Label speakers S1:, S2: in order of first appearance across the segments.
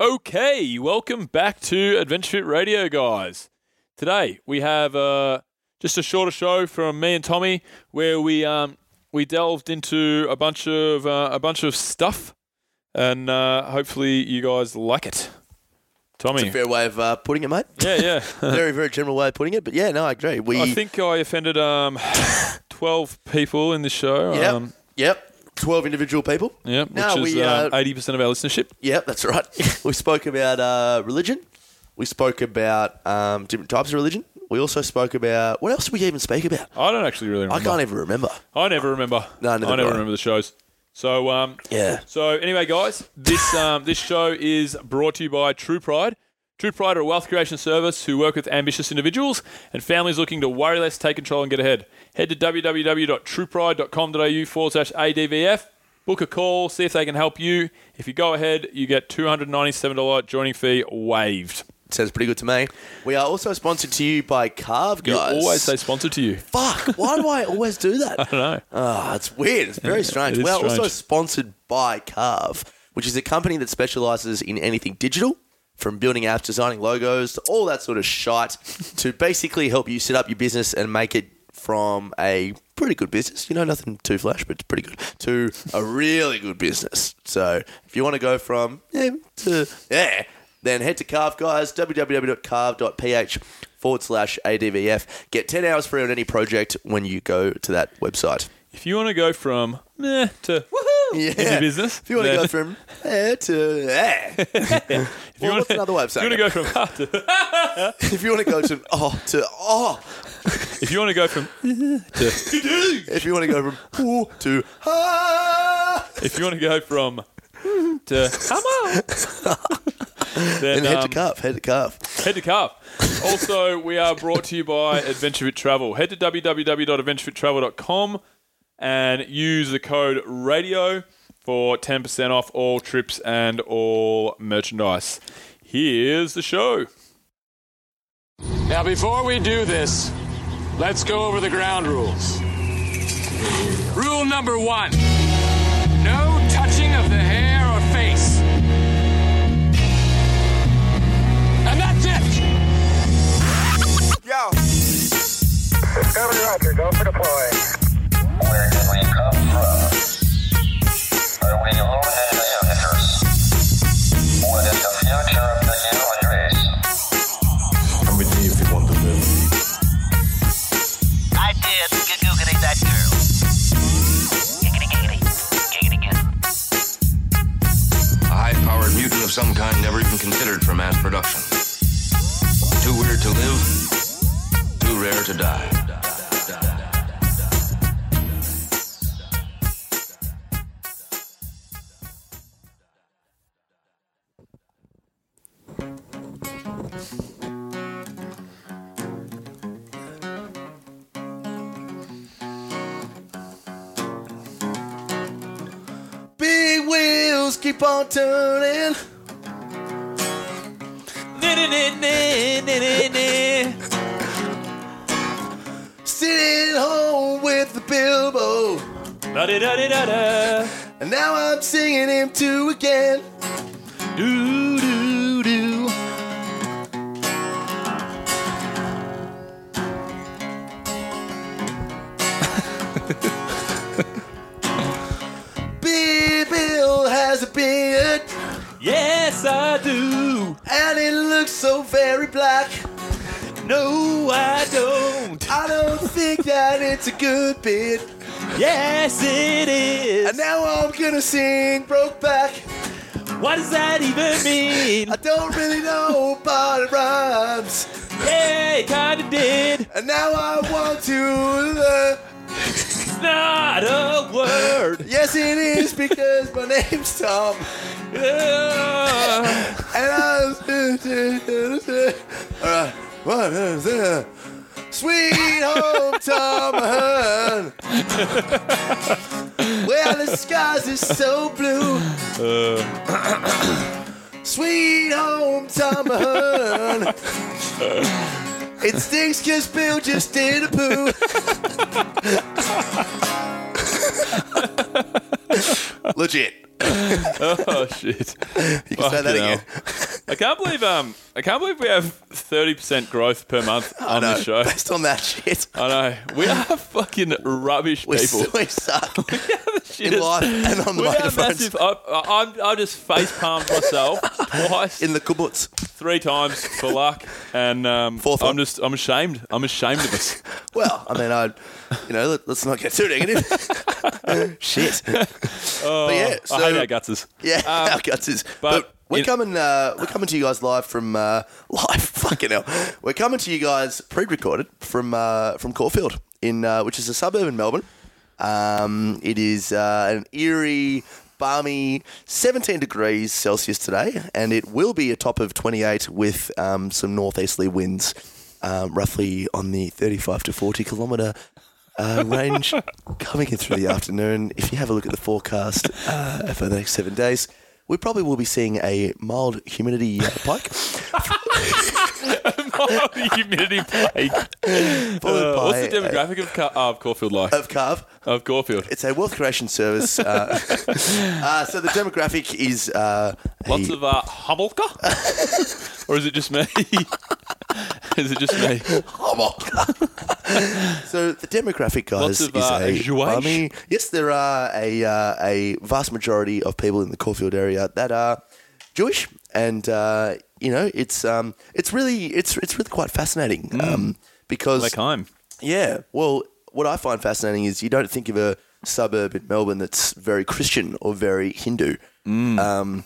S1: Okay, welcome back to Adventure Fit Radio, guys. Today we have uh, just a shorter show from me and Tommy, where we um, we delved into a bunch of uh, a bunch of stuff, and uh, hopefully you guys like it.
S2: It's a
S1: Tommy,
S2: fair way of uh, putting it, mate.
S1: yeah, yeah.
S2: very, very general way of putting it, but yeah, no, I agree. We,
S1: I think I offended um, twelve people in this show.
S2: yep,
S1: Um,
S2: yep, twelve individual people.
S1: yeah, which
S2: No,
S1: is
S2: we, uh,
S1: eighty percent of our listenership.
S2: Yep, that's right. we spoke about uh, religion. We spoke about um, different types of religion. We also spoke about what else did we even speak about?
S1: I don't actually really remember.
S2: I can't even remember.
S1: I never remember.
S2: No, neither
S1: I
S2: do
S1: never
S2: I.
S1: remember the shows. So um,
S2: Yeah.
S1: So anyway, guys, this um, this show is brought to you by True Pride. True Pride are a wealth creation service who work with ambitious individuals and families looking to worry less, take control, and get ahead. Head to www.truepride.com.au forward slash ADVF. Book a call, see if they can help you. If you go ahead, you get $297 joining fee waived.
S2: Sounds pretty good to me. We are also sponsored to you by Carve
S1: You
S2: Guys.
S1: always say sponsored to you.
S2: Fuck, why do I always do that? I don't
S1: know.
S2: Oh, it's weird. It's very strange.
S1: it is
S2: Well, also
S1: strange.
S2: sponsored by Carve, which is a company that specializes in anything digital, from building apps, designing logos, to all that sort of shite, to basically help you set up your business and make it from a pretty good business, you know, nothing too flash, but it's pretty good, to a really good business. So if you want to go from yeah to yeah, then head to Carve, guys, www.carve.ph forward slash ADVF. Get 10 hours free on any project when you go to that website.
S1: If you want to go from meh to woohoo
S2: Yeah.
S1: in your business,
S2: If you want to
S1: then-
S2: go from eh to eh.
S1: if you
S2: Well,
S1: wanna-
S2: what's another way of
S1: if you
S2: saying
S1: wanna go from ha to
S2: if you want to go to oh to oh,
S1: If you want to go from
S2: if you want to go from ooh to ah,
S1: if you want to go from to come on, then
S2: and head to
S1: um,
S2: calf, head to calf.
S1: head to calf. Also, we are brought to you by Adventure Fit Travel. Head to www.adventurefittravel.com and use the code radio for 10% off all trips and all merchandise. Here's the show.
S3: Now, before we do this, let's go over the ground rules. Rule number one no touching of the hair or face. And that's it!
S4: Yo,
S5: Discovery Roger, go for deploy.
S6: Where did we come from? Are we already visitors? What is the future of the human race?
S7: Come with me if you want to live.
S8: I did. Giggity that girl. Giggity giggity. Giggity giggity.
S7: A high-powered mutant of some kind never even considered for mass production. Too weird to live, too rare to die.
S2: Big wheels keep on turning. Sitting home with the Bilbo,
S1: Da-di-da-di-da-da.
S2: and now I'm singing him too again. Do do do. Big Bill has a beard,
S1: Yes, I do.
S2: and it looks so very black.
S1: No, I don't.
S2: I don't think that it's a good bit.
S1: Yes, it is.
S2: And now I'm gonna sing Brokeback.
S1: What does that even mean?
S2: I don't really know, but it rhymes.
S1: yeah, it kinda did.
S2: And now I want to learn.
S1: It's not a word.
S2: Yes, it is because my name's Tom.
S1: Yeah.
S2: And I'm. Alright. One, two, three. Sweet home, Tom Ahern. Well, the skies are so blue.
S1: Uh.
S2: Sweet home, Tom Ahern. It stinks because Bill just did a poo. Legit.
S1: oh shit!
S2: You can say that
S1: Fucking hell.
S2: again.
S1: I can't believe um I can't believe we have thirty percent growth per month
S2: I
S1: on
S2: know.
S1: this show.
S2: Based on that shit,
S1: I know we are fucking rubbish
S2: we,
S1: people.
S2: we suck
S1: Shit.
S2: in life and on the
S1: We are
S2: microphones.
S1: massive. I, I, I'm- I just face palmed myself twice,
S2: In the kibbutz.
S1: three times for luck, and um,
S2: Fourth
S1: I'm
S2: one.
S1: just I'm ashamed. I'm ashamed of us.
S2: Well, I mean, I, you know, let, let's not get too negative. shit. but yeah, so,
S1: Oh, I hate our gutses.
S2: Yeah, our guts is. But,
S1: but
S2: we're
S1: in-
S2: coming. Uh, we're coming to you guys live from uh, live. Fucking hell, we're coming to you guys pre-recorded from uh, from Caulfield in uh, which is a suburb in Melbourne. Um, it is uh, an eerie, balmy 17 degrees Celsius today, and it will be a top of 28 with um, some northeasterly winds, um, roughly on the 35 to 40 kilometre uh, range coming in through the afternoon. If you have a look at the forecast uh, for the next seven days, we probably will be seeing a mild humidity uh, pike,
S1: oh, the humidity plague.
S2: followed
S1: Uh,
S2: by
S1: what's the demographic of, Car- oh, of Caulfield like?
S2: a- of carve.
S1: of Caulfield.
S2: It's a wealth creation service. Uh, uh, so the demographic is uh, a-
S1: Lots of uh, Hummelka? or is it just me? is it just me?
S2: Oh my God. so the demographic,
S1: Lots
S2: guys,
S1: of,
S2: is
S1: uh,
S2: a
S1: Jewish?
S2: army. Yes, there are a uh, a vast majority of people in the Caulfield area that are Jewish, and uh, you know, it's um, it's really it's it's really quite fascinating um, because
S1: Mm. Like I'm.
S2: yeah. Well, what I find fascinating is you don't think of a suburb in Melbourne that's very Christian or very Hindu.
S1: Mm.
S2: Um,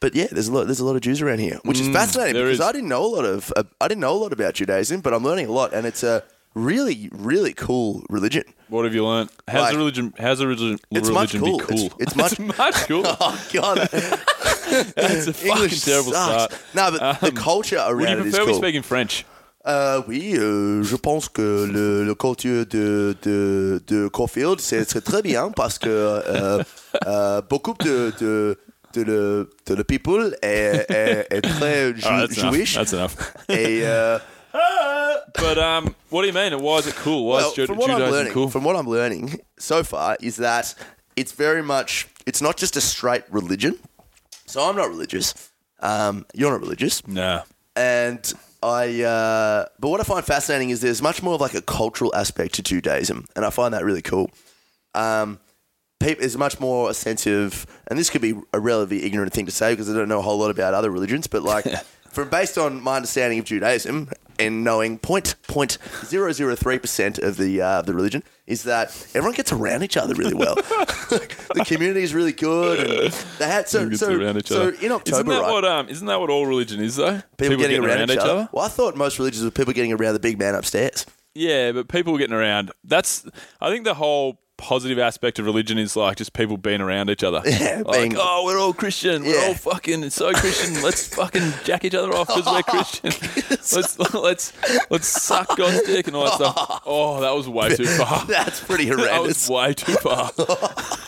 S2: but yeah, there's a lot. There's a lot of Jews around here, which is fascinating
S1: Mm, there
S2: because
S1: is.
S2: I didn't know a lot of. Uh, I didn't know a lot about Judaism, but I'm learning a lot, and it's a really, really cool religion.
S1: What have you learnt? How's
S2: Like-
S1: the religion? How's the religion?
S2: It's much
S1: religion
S2: cool.
S1: be cool?
S2: It's- it's much-
S1: cool.
S2: Oh God,
S1: It's a fucking
S2: English
S1: terrible start.
S2: sucks.
S1: Um,
S2: No, but the culture
S1: Would you
S2: around it is
S1: prefer we
S2: cool.
S1: speak in French?
S2: Euh, oui, euh, je pense que le, le culture de, de, de Caulfield, c'est c'est très bien parce que euh, euh, beaucoup de, de, de, le, de le people est, est, est très ju-
S1: All right, Ah, that's
S2: Jewish.
S1: enough. That's enough.
S2: Et, euh,
S1: But um, what do you mean? Why is it cool? Why
S2: well,
S1: is Ju-
S2: from what I'm
S1: Judaism
S2: learning,
S1: cool?
S2: from what I'm learning so far is that it's very much it's not just a straight religion. So I'm not religious. Um, you're not religious.
S1: nah.
S2: and I. Uh, but what I find fascinating is there's much more of like a cultural aspect to Judaism, and I find that really cool. Um, peop there's much more a sense of, and this could be a relatively ignorant thing to say because I don't know a whole lot about other religions, but like from based on my understanding of Judaism and knowing point point zero zero three percent of the uh, of the religion is that everyone gets around each other really well. the community is really good, and they had so
S1: Gets
S2: so,
S1: around each
S2: so
S1: other.
S2: in October,
S1: isn't that
S2: right?
S1: what um? Isn't that what all religion is though?
S2: people, getting, around, each, other. Well, I thought most religions were people getting around the big man upstairs.
S1: Yeah, but people getting around. That's I think the whole positive aspect of religion is like just people being around each other.
S2: Yeah,
S1: like,
S2: being-
S1: oh, we're all Christian. We're
S2: Yeah.
S1: all fucking it's so Christian. Let's fucking jack each other off because we're Christian. let's let's let's suck God's dick and all that stuff. Oh, that was way too far.
S2: That's pretty
S1: That was
S2: horrendous.
S1: way too far.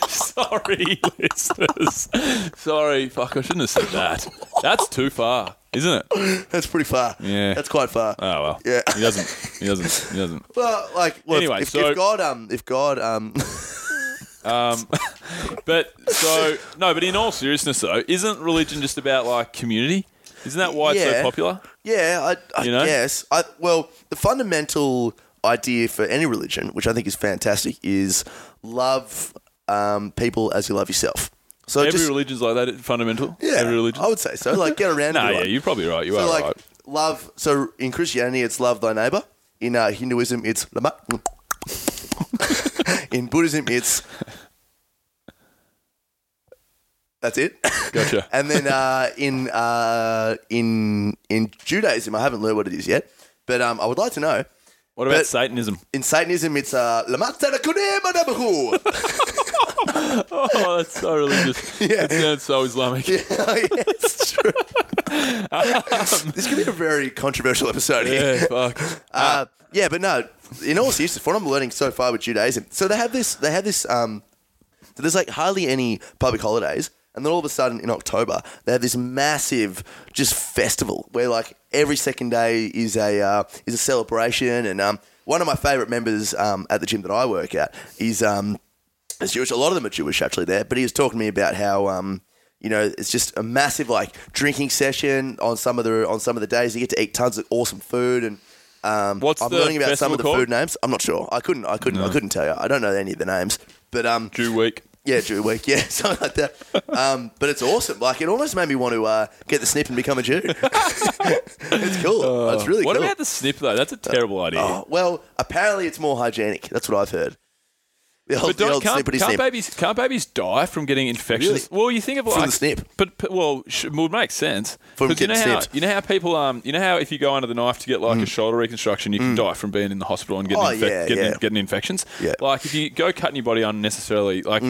S1: Sorry, listeners. Sorry, fuck. I shouldn't have said that. That's too far, isn't it?
S2: That's pretty far.
S1: Yeah.
S2: that's quite far.
S1: Oh well.
S2: Yeah.
S1: He doesn't. He doesn't. He doesn't.
S2: well, like, well,
S1: Anyway,
S2: if, if,
S1: so-
S2: if God, um, if God, um,
S1: Um, but so no, but in all seriousness though, isn't religion just about like community? Isn't that why it's so
S2: Yeah.
S1: popular?
S2: yeah, I, I
S1: You know?
S2: guess. I well, the fundamental idea for any religion, which I think is fantastic, is love um, people as you love yourself. So
S1: Every
S2: just
S1: religion's like that. Fundamental.
S2: yeah,
S1: Every religion.
S2: I would say so. Like, get around.
S1: no,
S2: everyone.
S1: yeah, you're probably right. You
S2: so
S1: are
S2: like
S1: right.
S2: love. So in Christianity, it's love thy neighbor. In uh, Hinduism, it's lama. in Buddhism, it's that's it.
S1: Gotcha.
S2: and then uh, in uh, in in Judaism, I haven't learned what it is yet, but um, I would like to know.
S1: What about
S2: but-
S1: Satanism?
S2: In Satanism, it's uh, lama tzedakune madabahu.
S1: Oh, that's so religious. yeah. It sounds so Islamic.
S2: yeah, it's true. this could be a very controversial episode here.
S1: Yeah, fuck.
S2: Uh, yeah, but no. In all seriousness, what I'm learning so far with Judaism, so they have this, they have this. Um, so there's like hardly any public holidays, and then all of a sudden in October they have this massive just festival where like every second day is a uh, is a celebration, and um, one of my favorite members um, at the gym that I work at is um, as Jewish. A lot of them are Jewish actually there, but he was talking to me about how um, you know it's just a massive like drinking session on some of the on some of the days. You get to eat tons of awesome food and. Um,
S1: What's
S2: I'm
S1: the
S2: learning about some
S1: festival
S2: of the
S1: called?
S2: food names. I'm not sure. I couldn't. I couldn't. I couldn't tell you. I don't know any of the names. But um,
S1: Jew week.
S2: yeah, Jew week. Yeah, something like that. Um, but it's awesome. Like it almost made me want to uh, get the snip and become a Jew. it's cool. it's really
S1: Oh. what
S2: cool.
S1: about the snip though? That's a terrible idea.
S2: Oh, well, apparently it's more hygienic. That's what I've heard. The old,
S1: But
S2: the
S1: don't,
S2: old
S1: can't,
S2: snippity
S1: can't
S2: snip.
S1: babies can't babies die from getting infections?
S2: Really?
S1: Well, you think of
S2: From
S1: like
S2: the snip.
S1: but, but- well, sh- would make sense.
S2: From
S1: 'Cause you know
S2: getting
S1: how
S2: snipped. Mm.
S1: you know how people um you know how if you go under the knife to get like a shoulder reconstruction, you can die from being in the hospital and getting
S2: Oh,
S1: infec-
S2: yeah,
S1: getting,
S2: yeah.
S1: getting infections.
S2: Yeah. Mm.
S1: Like if you go cutting your body unnecessarily, like.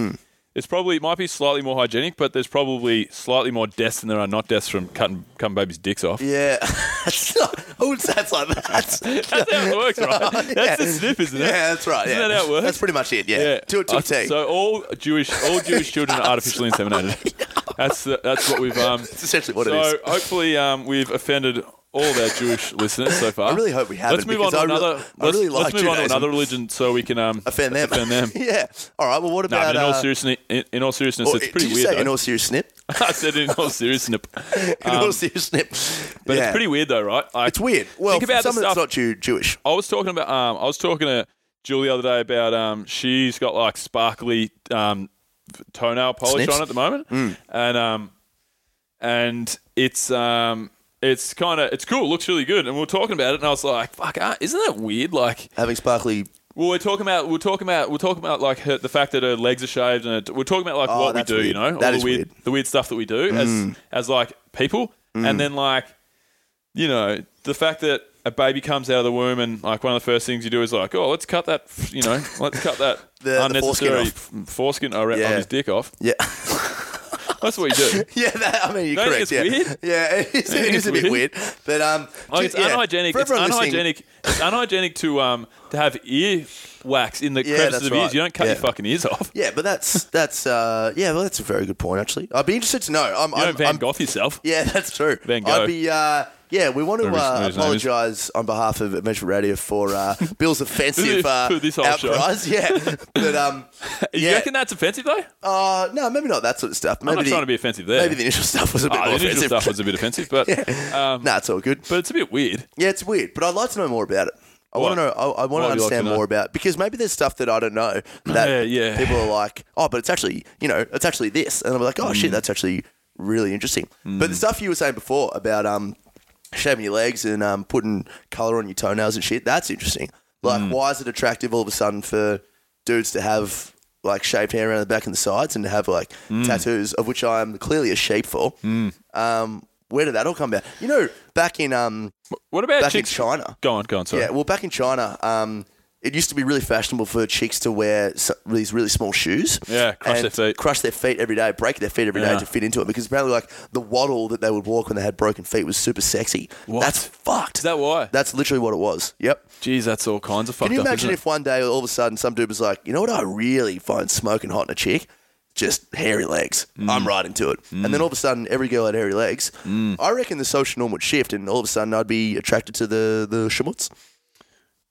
S1: It's probably it might be slightly more hygienic, but there's probably slightly more deaths than there are not deaths from cutting cutting babies' dicks off.
S2: Yeah, that's not, who would say it's like that?
S1: That's how it works, right? That's the
S2: Yeah.
S1: snip, isn't it?
S2: Yeah, that's right.
S1: Isn't
S2: yeah.
S1: that how it works?
S2: That's pretty much it. Yeah, to a to
S1: Uh,
S2: a T.
S1: So all Jewish all Jewish children are artificially inseminated. That's the, that's what we've um.
S2: that's essentially what
S1: so
S2: it is.
S1: hopefully um we've offended all of our Jewish listeners so far.
S2: I really hope we haven't.
S1: Let's move on
S2: because
S1: to
S2: I re-
S1: another.
S2: I
S1: let's,
S2: really like
S1: let's move on to
S2: Judaism.
S1: another religion so we can um
S2: Offend them.
S1: Offend them.
S2: yeah. All right. Well, what
S1: Nah,
S2: about?
S1: but in all
S2: uh,
S1: seriousness, in, in all seriousness,
S2: or-
S1: it's
S2: did
S1: pretty
S2: you
S1: weird.
S2: Say, in
S1: though.
S2: all serious snip.
S1: I said in all seriousness,
S2: In all serious snip.
S1: Um, but
S2: yeah.
S1: it's pretty weird though, right? Like,
S2: It's weird. Well,
S1: Think about
S2: some
S1: the
S2: of it's
S1: stuff-
S2: not Jew- Jewish.
S1: I was talking about um, I was talking to Jill the other day about um, she's got like sparkly um, toenail polish
S2: Snips?
S1: on at the moment, and um, and it's um, it's kind of it's cool, looks really good, and we are talking about it, and I was like, fuck, uh, isn't that weird? Like,
S2: Having sparkly.
S1: well, we're talking about we're talking about we're talking about like her, the fact that her legs are shaved, and her, we're talking about like
S2: Oh,
S1: what we
S2: that's
S1: do, you
S2: weird.
S1: know, all
S2: That
S1: the
S2: is
S1: weird,
S2: weird. Mm.
S1: the weird stuff that we do as as like people, and then like you know the fact that a baby comes out of the womb and like one of the first things you do is like, oh, let's cut that, you know, let's cut that
S2: The- the foreskin
S1: unnecessary
S2: off.
S1: foreskin, foreskin around on
S2: Yeah.
S1: his dick off.
S2: Yeah.
S1: That's what you do.
S2: Yeah, that, I mean, you're
S1: Don't you
S2: correct.
S1: think it's
S2: yeah,
S1: weird?
S2: yeah, it is,
S1: think
S2: it is
S1: it's
S2: a bit
S1: weird?
S2: weird. But um,
S1: Like, it's
S2: just- yeah,
S1: unhygienic.
S2: for
S1: It's
S2: everyone listening-
S1: unhygienic. It's unhygienic to um to have ear wax in the
S2: Yeah,
S1: crevices
S2: that's
S1: of ears.
S2: right.
S1: You don't cut
S2: Yeah.
S1: your fucking ears off.
S2: Yeah, but that's that's uh, yeah, well, that's a very good point actually. I'd be interested to know. I'm,
S1: You
S2: I'm,
S1: don't Van
S2: I'm-
S1: Gogh yourself.
S2: Yeah, that's true.
S1: Van Gogh.
S2: I'd be uh, yeah. We want to
S1: Whatever his-
S2: uh,
S1: whatever his name is.
S2: apologise on behalf of Measure Radio for uh, Bill's offensive uh,
S1: For this whole show.
S2: outcries. Yeah, but um,
S1: You
S2: yeah,
S1: reckon that's offensive though?
S2: uh, no, maybe not that sort of stuff. Maybe
S1: I'm not
S2: the,
S1: trying to be offensive there.
S2: Maybe the initial stuff was a bit
S1: Ah,
S2: more
S1: the initial
S2: offensive.
S1: stuff was a bit offensive, but um,
S2: nah, it's all good.
S1: but it's a bit weird.
S2: Yeah, it's weird, but I'd like to know more about it. I
S1: What?
S2: want to know. I, I want
S1: What would
S2: to
S1: you like to
S2: understand
S1: know?
S2: more about because maybe there's stuff that I don't know that
S1: Yeah, yeah.
S2: people are like, oh, but it's actually you know it's actually this, and I'm like, oh
S1: Mm.
S2: shit, that's actually really interesting. But the stuff you were saying before about um shaving your legs and um putting color on your toenails and shit, that's interesting. Like,
S1: Mm.
S2: why is it attractive all of a sudden for dudes to have like shaved hair around the back and the sides and to have like
S1: Mm.
S2: tattoos, of which I am clearly a sheep for? Um, where did that all come about? You know, back in um.
S1: What about
S2: Back in
S1: chicks?
S2: China.
S1: Go on, go on. Sorry.
S2: Yeah, well, back in China, um, it used to be really fashionable for chicks to wear s- these really small shoes.
S1: Yeah, crush
S2: and
S1: their feet.
S2: Crush their feet every day, break their feet every day
S1: Yeah.
S2: to fit into it because apparently, like, the waddle that they would walk when they had broken feet was super sexy.
S1: What?
S2: That's fucked.
S1: Is that why?
S2: That's literally what it was. Yep.
S1: Jeez, that's all kinds of fucked
S2: Can you
S1: up.
S2: imagine
S1: isn't
S2: if one day all of a sudden some dude was like, you know what I really find smoking hot in a chick? Just hairy legs.
S1: Mm.
S2: I'm right into it. And then all of a sudden every girl had hairy legs.
S1: Mm.
S2: I reckon the social norm would shift and all of a sudden I'd be attracted to the, the shamuts.
S1: it?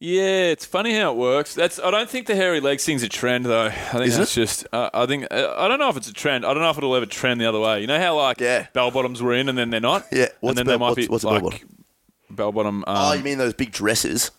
S1: Yeah, it's funny how it works. That's. I don't think the hairy legs thing's a trend though. I think
S2: Isn't
S1: that's just. Uh, I think. Uh, I don't know if it's a trend. I don't know if it'll ever trend the other way. You know how like
S2: Yeah.
S1: bell bottoms were in and then they're not.
S2: Yeah,
S1: and
S2: what's
S1: then
S2: bell-
S1: they might
S2: what's-
S1: be
S2: what's a bell
S1: like bell bottom. Um,
S2: Oh, you mean those big dresses?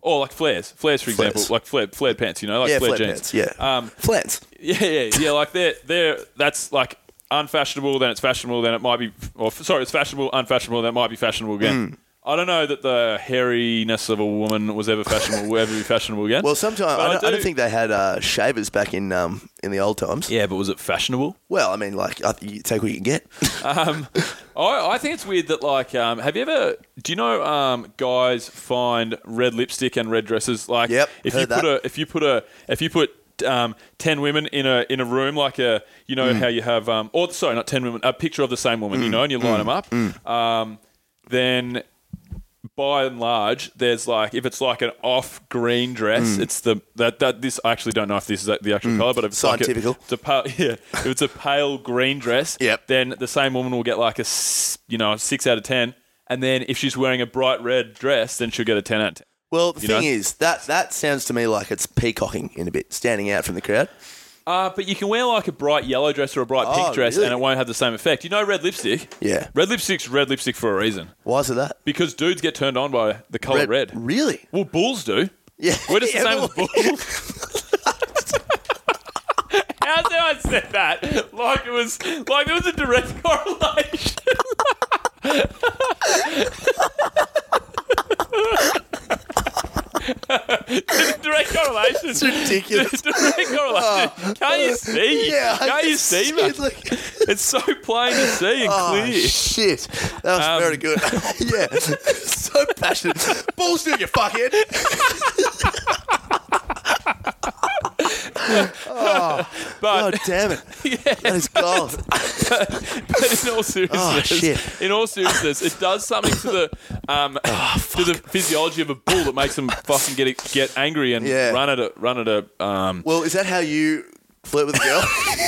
S1: or like flares, flares for
S2: Flares.
S1: example, like flared, flared pants. You know, like
S2: yeah,
S1: flared
S2: flat
S1: jeans.
S2: pants. Yeah,
S1: Um,
S2: flats.
S1: Yeah, yeah, yeah. Like they're they're that's like unfashionable. Then it's fashionable. Then it might be. Or f- sorry, it's fashionable, unfashionable. Then it might be fashionable again.
S2: Mm.
S1: I don't know that the hairiness of a woman was ever fashionable. will ever be fashionable again.
S2: Well, sometimes
S1: But
S2: I, don't, I
S1: do-
S2: don't think they had uh, shavers back in um, in the old times.
S1: Yeah, but was it fashionable?
S2: Well, I mean, like I, you take what you can get.
S1: Um, I, I think it's weird that like, um, have you ever? Do you know um, guys find red lipstick and red dresses? Like,
S2: Yep,
S1: if you
S2: heard
S1: put
S2: that.
S1: a if you put a if you put um, ten women in a in a room, like a you know
S2: Mm.
S1: how you have um, or sorry, not ten women, a picture of the same woman, you know, and you
S2: mm,
S1: line them up, um, then. By and large, there's like if it's like an off green dress,
S2: Mm.
S1: it's the that that this I actually don't know if this is the actual color, but if it's like a-
S2: Scientifical.
S1: it's a pale, yeah, if it's a pale green dress,
S2: Yep.
S1: then the same woman will get like a, s- you know, a six out of ten. And then if she's wearing a bright red dress, then she'll get a ten out of ten.
S2: Well, the
S1: You
S2: thing
S1: know?
S2: is, that, that sounds to me like it's peacocking in a bit, standing out from the crowd.
S1: Uh, but you can wear like a bright yellow dress or a bright pink
S2: Oh,
S1: dress,
S2: really?
S1: and it won't have the same effect. You know, red lipstick.
S2: Yeah.
S1: Red lipstick's red lipstick for a reason
S2: Why is it that?
S1: because dudes get turned on by the color Oh, red.
S2: Really?
S1: Well, bulls do.
S2: Yeah.
S1: We're just the
S2: Yeah,
S1: same as
S2: well-
S1: bulls. How did I said that? Like it was like there was a direct correlation. There's a direct correlation.
S2: It's ridiculous.
S1: There's
S2: Oh.
S1: a direct correlation. Can't you see?
S2: Yeah, I
S1: Can't you
S2: just
S1: see,
S2: said,
S1: mate?
S2: like-
S1: It's so plain to see and
S2: Oh,
S1: clear.
S2: shit. That was
S1: Um,
S2: very good. yeah. so passionate. Balls do you fuckhead.
S1: but
S2: God damn it. That is gold.
S1: but in all seriousness,
S2: Oh, shit.
S1: in all seriousness, it does something to the um,
S2: Oh,
S1: to the physiology of a bull that makes them fucking get it, get angry and
S2: Yeah.
S1: run at a run at a um.
S2: Well, is that how you flirt with a girl?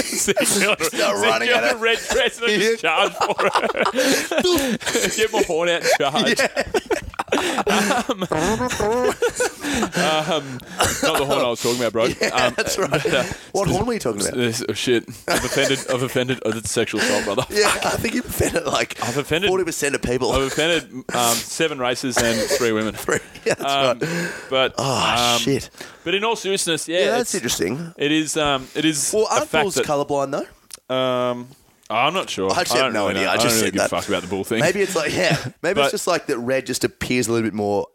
S1: Start
S2: running at
S1: a
S2: it.
S1: red dress and then just charge for it. get my horn out, and charge. um, um, not the horn I was talking about, bro. um,
S2: That's right. what horn were you talking about?
S1: this, oh, shit, I've offended. I've offended. Oh, that's sexual assault, brother.
S2: Yeah, I think you've offended like
S1: I've offended-
S2: 40% of people.
S1: I've offended um, seven races and three women.
S2: yeah, that's
S1: Um,
S2: right.
S1: But
S2: Oh,
S1: um,
S2: shit.
S1: But in all seriousness, yeah,
S2: Yeah, that's
S1: it's,
S2: interesting.
S1: it is. Um, it is
S2: Well,
S1: a
S2: aren't
S1: fact
S2: bulls
S1: that.
S2: colorblind though?
S1: um, I'm not sure.
S2: I just
S1: don't
S2: have no
S1: really
S2: idea.
S1: Know.
S2: I just
S1: don't really
S2: said
S1: give
S2: that.
S1: a fuck about the bull thing.
S2: Maybe it's like, yeah, maybe
S1: But-
S2: it's just like that red just appears a little bit more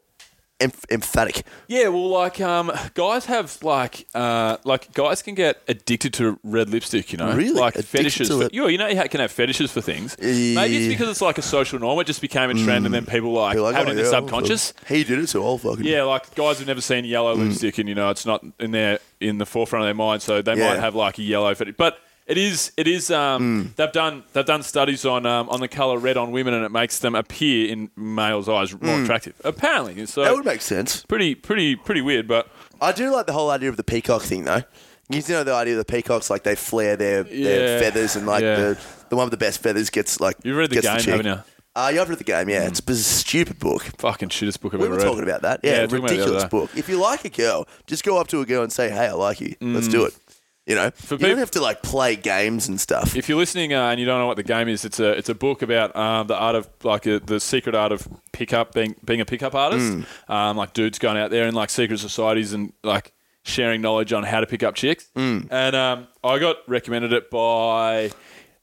S2: em- emphatic.
S1: Yeah. Well, like um, guys have like uh, like guys can get addicted to red lipstick. You know,
S2: Really?
S1: like
S2: Addicted
S1: fetishes.
S2: to
S1: For,
S2: it?
S1: you, you know, you ha- can have fetishes for things. Maybe it's
S2: Yeah.
S1: because it's like a social norm. It just became a trend, and then people like,
S2: Be like,
S1: have
S2: oh,
S1: it in their
S2: yeah,
S1: subconscious.
S2: He did it, so I'll fucking
S1: Yeah, like guys have never seen yellow
S2: Mm.
S1: lipstick, and you know it's not in their in the forefront of their mind, so they
S2: Yeah. Mm.
S1: might have like a yellow fetish. But it is it is um, they've done they've done studies on um, on the color red on women, and it makes them appear in males' eyes more attractive. Apparently, so
S2: Mm. That would make sense.
S1: pretty pretty pretty weird. But
S2: I do like the whole idea of the peacock thing, though. You know the idea of the peacocks, like they flare their,
S1: Yeah.
S2: their feathers, and like
S1: Yeah.
S2: the, the one with the best feathers gets like.
S1: you've read the
S2: gets
S1: game,
S2: chick.
S1: haven't you?
S2: Uh, yeah, I've read the game. Yeah, it's a stupid book.
S1: Fucking shittest book I've
S2: We
S1: ever
S2: were
S1: read.
S2: talking about that. Yeah,
S1: we're talking about it the
S2: ridiculous
S1: other day.
S2: book. If you like a girl, just go up to a girl and say, "Hey, I like you. Let's do it." You know, you
S1: Mm. peop-
S2: don't have to like play games and stuff.
S1: If you're listening uh, and you don't know what the game is, it's a it's a book about um, the art of like uh the secret art of pickup being being a pickup artist.
S2: Mm.
S1: Um, like dudes going out there in like secret societies and like sharing knowledge on how to pick up chicks.
S2: Mm.
S1: And um, I got recommended it by.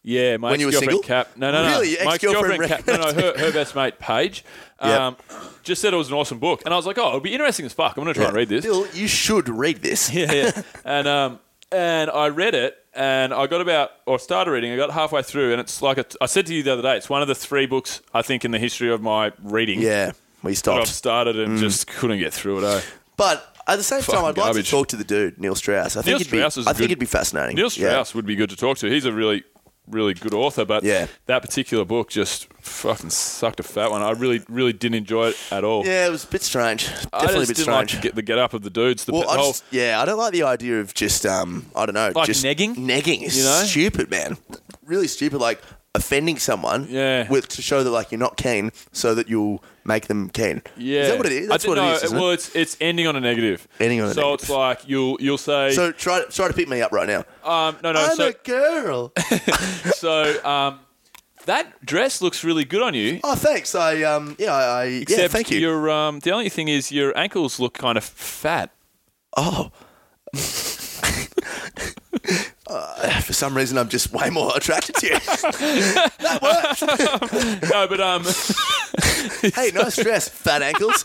S1: Yeah, my
S2: When you were
S1: ex-girlfriend
S2: single?
S1: Cap. No, no, no.
S2: Really? Your
S1: my
S2: ex-girlfriend
S1: ex-girlfriend Cap. No, no. Her,
S2: recommended
S1: her best mate Paige,
S2: Yep.
S1: um, just said it was an awesome book, and I was like, oh, it'll be interesting as fuck. I'm gonna try and read this.
S2: Bill, you should read this.
S1: Yeah, yeah. and um, and I read it, and I got about or started reading. I got halfway through, and it's like a, I said to you the other day. It's one of the three books I think in the history of my reading.
S2: Yeah, Mm. we
S1: that I've
S2: stopped.
S1: started and just couldn't get through it. Oh.
S2: But at the same time,
S1: Fucking
S2: I'd like to
S1: garbage.
S2: talk to the dude, Neil Strauss. I think
S1: Neil
S2: it'd be,
S1: Strauss is
S2: I
S1: a
S2: think
S1: good-
S2: it'd be fascinating.
S1: Neil
S2: Yeah.
S1: Strauss would be good to talk to. He's a really, really good author, but
S2: Yeah.
S1: that particular book just fucking sucked a fat one. I really, really didn't enjoy it at all.
S2: Yeah, it was a bit strange. Definitely
S1: I
S2: a
S1: just
S2: bit
S1: didn't
S2: strange.
S1: like to get the get up of the dudes. The
S2: well,
S1: pe-
S2: I
S1: whole,
S2: just, yeah, I don't like the idea of just um, I don't know,
S1: Like
S2: just
S1: negging?
S2: Negging is
S1: You know?
S2: stupid, man. Really stupid, like offending someone.
S1: Yeah.
S2: With to show that like you're not keen, so that you'll make them keen.
S1: yeah,
S2: Is that what it is?
S1: I
S2: That's
S1: didn't
S2: what
S1: know.
S2: it is. Isn't
S1: well,
S2: it?
S1: it's it's ending on a negative.
S2: Ending on a
S1: so
S2: negative.
S1: it's like you'll you'll say
S2: So try try to pick me up right now.
S1: um no no
S2: I'm
S1: so
S2: a girl.
S1: So um, that dress looks really good on you.
S2: oh, thanks. I um yeah I, I yeah
S1: except
S2: thank you.
S1: Your um, the only thing is your ankles look kind of fat.
S2: Oh. Uh, for some reason, I'm just way more attracted to you.
S1: No, but um,
S2: hey, nice dress, fat ankles.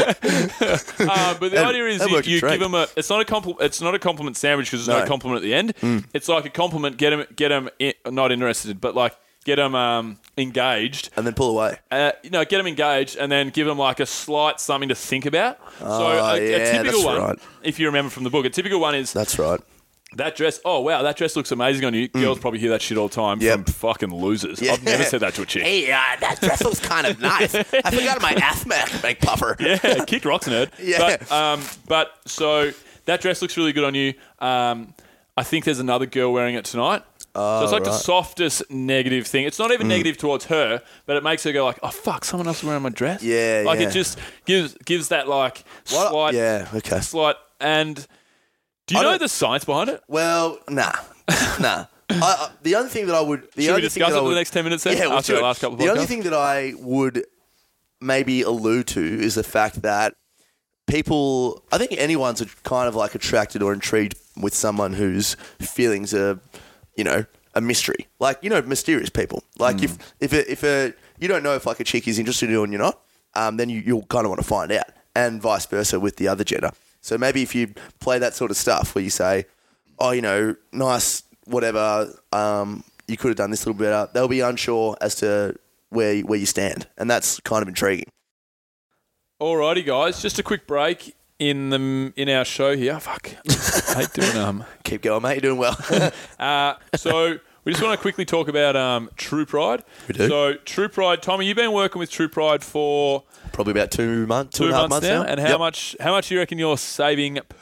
S1: uh, but the
S2: That-
S1: idea is
S2: that
S1: you,
S2: worked a
S1: you
S2: treat.
S1: give them a. It's not a compliment. It's not a compliment sandwich because there's no.
S2: No. Hmm.
S1: compliment at the end. It's like a compliment. Get them. Get them. In, not interested, but like get them um, engaged.
S2: and then pull away.
S1: Uh, you know, get them engaged, and then give them like a slight something to think about. so a, a
S2: Ah, yeah,
S1: typical
S2: that's
S1: one,
S2: right.
S1: if you remember from the book, a typical one is
S2: That's right.
S1: That dress, oh wow, that dress looks amazing on you. Girls probably hear that shit all the time
S2: Mm. Yep.
S1: from fucking losers.
S2: Yeah.
S1: I've never said that to a chick.
S2: Hey, uh, that dress looks kind of nice. I forgot my asthmatic puffer.
S1: Yeah, kick rocks, nerd.
S2: Yeah.
S1: But, um, but so that dress looks really good on you. Um, I think there's another girl wearing it tonight. so it's like the softest negative thing. It's not even
S2: Mm.
S1: negative towards her, but it makes her go like, "Oh fuck, someone else is wearing my dress."
S2: Yeah,
S1: like
S2: yeah.
S1: it just gives gives that like
S2: What-
S1: slight,
S2: yeah, okay.
S1: slight. And do you
S2: I
S1: know
S2: don't-
S1: the science behind it?
S2: Well, nah, nah. I, I, the only thing that I would the
S1: Should we
S2: only
S1: discuss
S2: thing
S1: it
S2: that I
S1: for
S2: would,
S1: the next ten minutes? Then
S2: Yeah, we'll
S1: after
S2: do
S1: the
S2: it.
S1: last couple.
S2: The only
S1: podcasts?
S2: thing that I would maybe allude to is the fact that people, I think anyone's kind of like attracted or intrigued with someone whose feelings are, you know, a mystery. Like you know, mysterious people. Like if if a, if a you don't know if like a chick is interested in you or you're not, um, then you, you'll kind of want to find out, and vice versa with the other gender. So maybe if you play that sort of stuff where you say, oh, you know, nice, whatever. Um, you could have done this a little better. They'll be unsure as to where where you stand, and that's kind of intriguing.
S1: Alrighty, guys, just a quick break in the in our show here. Fuck, I hate doing um.
S2: Keep going, mate. You're doing well.
S1: Uh, so we just want to quickly talk about um, True Pride. We
S2: do.
S1: So True Pride, Tommy, you've been working with True Pride for
S2: Probably about two months, two
S1: two
S2: and a half
S1: months,
S2: months,
S1: now, and how
S2: Yep.
S1: much how much do you reckon you're saving per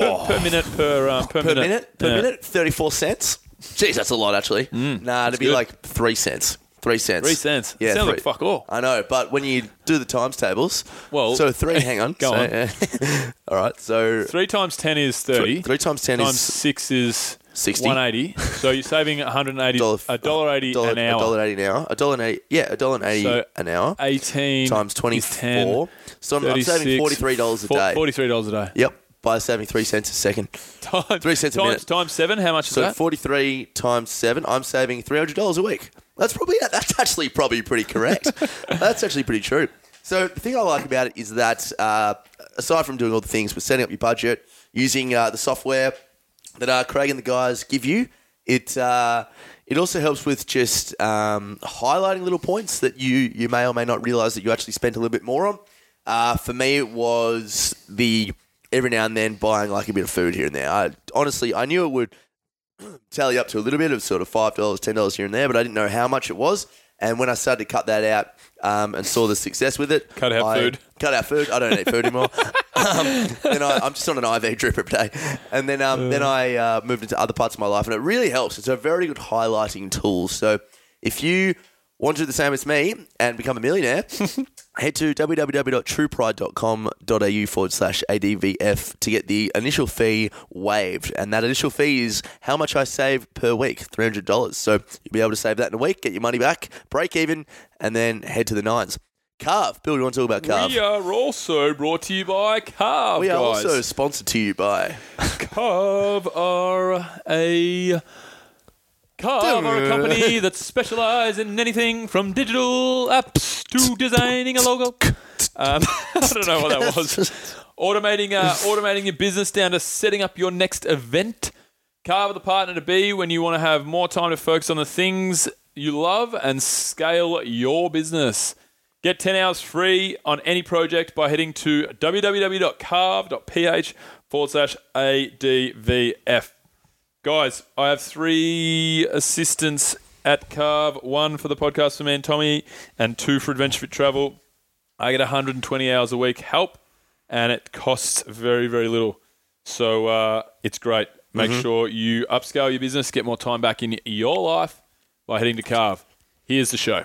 S1: per, per minute per um, per,
S2: Oh. per minute? Per
S1: Yeah. Mm,
S2: minute, thirty-four cents. Jeez, that's a lot, actually. nah, it'd be
S1: good.
S2: like three cents. Three cents.
S1: Three cents.
S2: Yeah,
S1: Sounds
S2: three.
S1: like fuck all.
S2: I know, but when you do the times tables,
S1: Well,
S2: so three. Hang on,
S1: go
S2: so,
S1: on.
S2: yeah. all right, so
S1: Three times ten is thirty.
S2: three times ten
S1: times
S2: is
S1: six is
S2: 60.
S1: One eighty. So you're saving one hundred and eighty.
S2: dollar,
S1: A dollar eighty
S2: dollar,
S1: an hour.
S2: A dollar eighty an hour. A dollar and eighty. Yeah, a dollar and eighty
S1: So
S2: an hour.
S1: Eighteen
S2: times
S1: is 10,
S2: 24. So I'm, I'm saving
S1: 36,
S2: $43 a
S1: for-
S2: day.
S1: Forty-three dollars a day.
S2: Yep, by saving three cents a second.
S1: Times,
S2: Three cents a
S1: times,
S2: minute.
S1: Times seven. How much is
S2: So
S1: that?
S2: 43 times 7, I'm saving $300 a week. That's probably that's actually probably pretty correct. that's actually pretty true. So the thing I like about it is that uh, aside from doing all the things, with setting up your budget, using uh, the software that uh, Craig and the guys give you, it uh, it also helps with just um, highlighting little points that you you may or may not realize that you actually spent a little bit more on. Uh, for me, it was the every now and then buying like a bit of food here and there. I honestly I knew it would tally up to a little bit of sort of five dollars, ten dollars here and there, but I didn't know how much it was. And when I started to cut that out um, and saw the success with it,
S1: Cut out
S2: I-
S1: food.
S2: cut out food. I don't eat food anymore. um, then I, I'm just on an IV drip every day, and then um, then I uh, moved into other parts of my life, and it really helps. It's a very good highlighting tool. So if you want to do the same as me and become a millionaire, head to www.truepride.com.au forward slash ADVF to get the initial fee waived. And that initial fee is how much I save per week $300. So you'll be able to save that in a week, get your money back, break even, and then head to the nines. Carve. Bill, you want to talk about Carve?
S1: We are also brought to you by Carve.
S2: uh, We are
S1: guys.
S2: also sponsored to you by.
S1: Carve are a Carve are a company that specialise in anything from digital apps to designing a logo. Um, I don't know what that was. Automating, uh, automating your business down to setting up your next event. Carve are the partner to be when you want to have more time to focus on the things you love and scale your business. Get 10 hours free on any project by heading to www.carve.ph forward slash ADVF. Guys, I have three assistants at Carve one for the podcast for me and Tommy, and two for Adventure Fit Travel. I get 120 hours a week help, and it costs very, very little. So uh, it's great. Make sure you upscale your business, get more time back in your life by heading to Carve. Here's the show.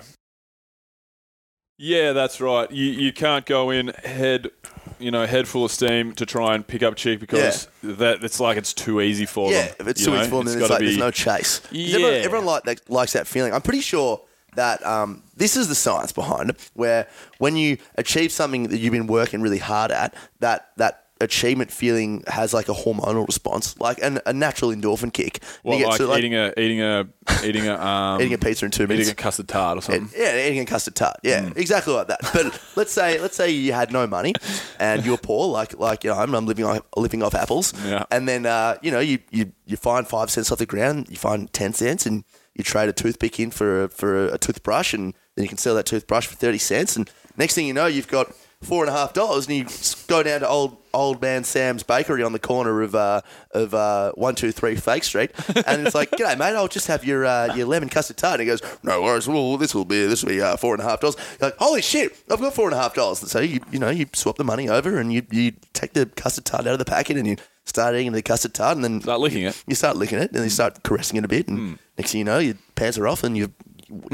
S1: Yeah, that's right. You you can't go in head, you know, head full of steam to try and pick up chick because that it's like it's too easy for
S2: Yeah,
S1: them.
S2: if it's
S1: you
S2: too
S1: know?
S2: easy for them, then it's
S1: gotta
S2: like there's
S1: be-
S2: no chase. 'Cause
S1: Yeah.
S2: Everyone, everyone like that, likes that feeling. I'm pretty sure that um, this is the science behind it, where when you achieve something that you've been working really hard at, that that achievement feeling has like a hormonal response, like an, a natural endorphin kick. And
S1: What,
S2: you get
S1: like,
S2: to, like,
S1: eating a eating a eating a um,
S2: eating a pizza in two minutes.
S1: eating a custard tart Mm. or something.
S2: Yeah, eating a custard tart. Yeah, exactly like that. But let's say let's say you had no money and you're poor, like like you know, I'm, I'm living off living off apples.
S1: Yeah.
S2: And then uh, you know you, you you find five cents off the ground, you find ten cents, and you trade a toothpick in for a, for a, toothbrush, and then you can sell that toothbrush for thirty cents. And next thing you know, you've got four and a half dollars, and you s- go down to old old man Sam's bakery on the corner of uh, of uh, one two three Fake Street, and it's like, "G'day, mate, I'll just have your uh, your lemon custard tart." And he goes, "No worries, well, this will be this will be uh, four and a half dollars." You're like, "Holy shit, I've got four and a half dollars!" So you you know you swap the money over, and you you take the custard tart out of the packet, and you start eating the custard tart, and then
S1: Start licking it. Hmm.
S2: you start licking it, and you start caressing it a bit, and next thing you know, your pants are off, and you're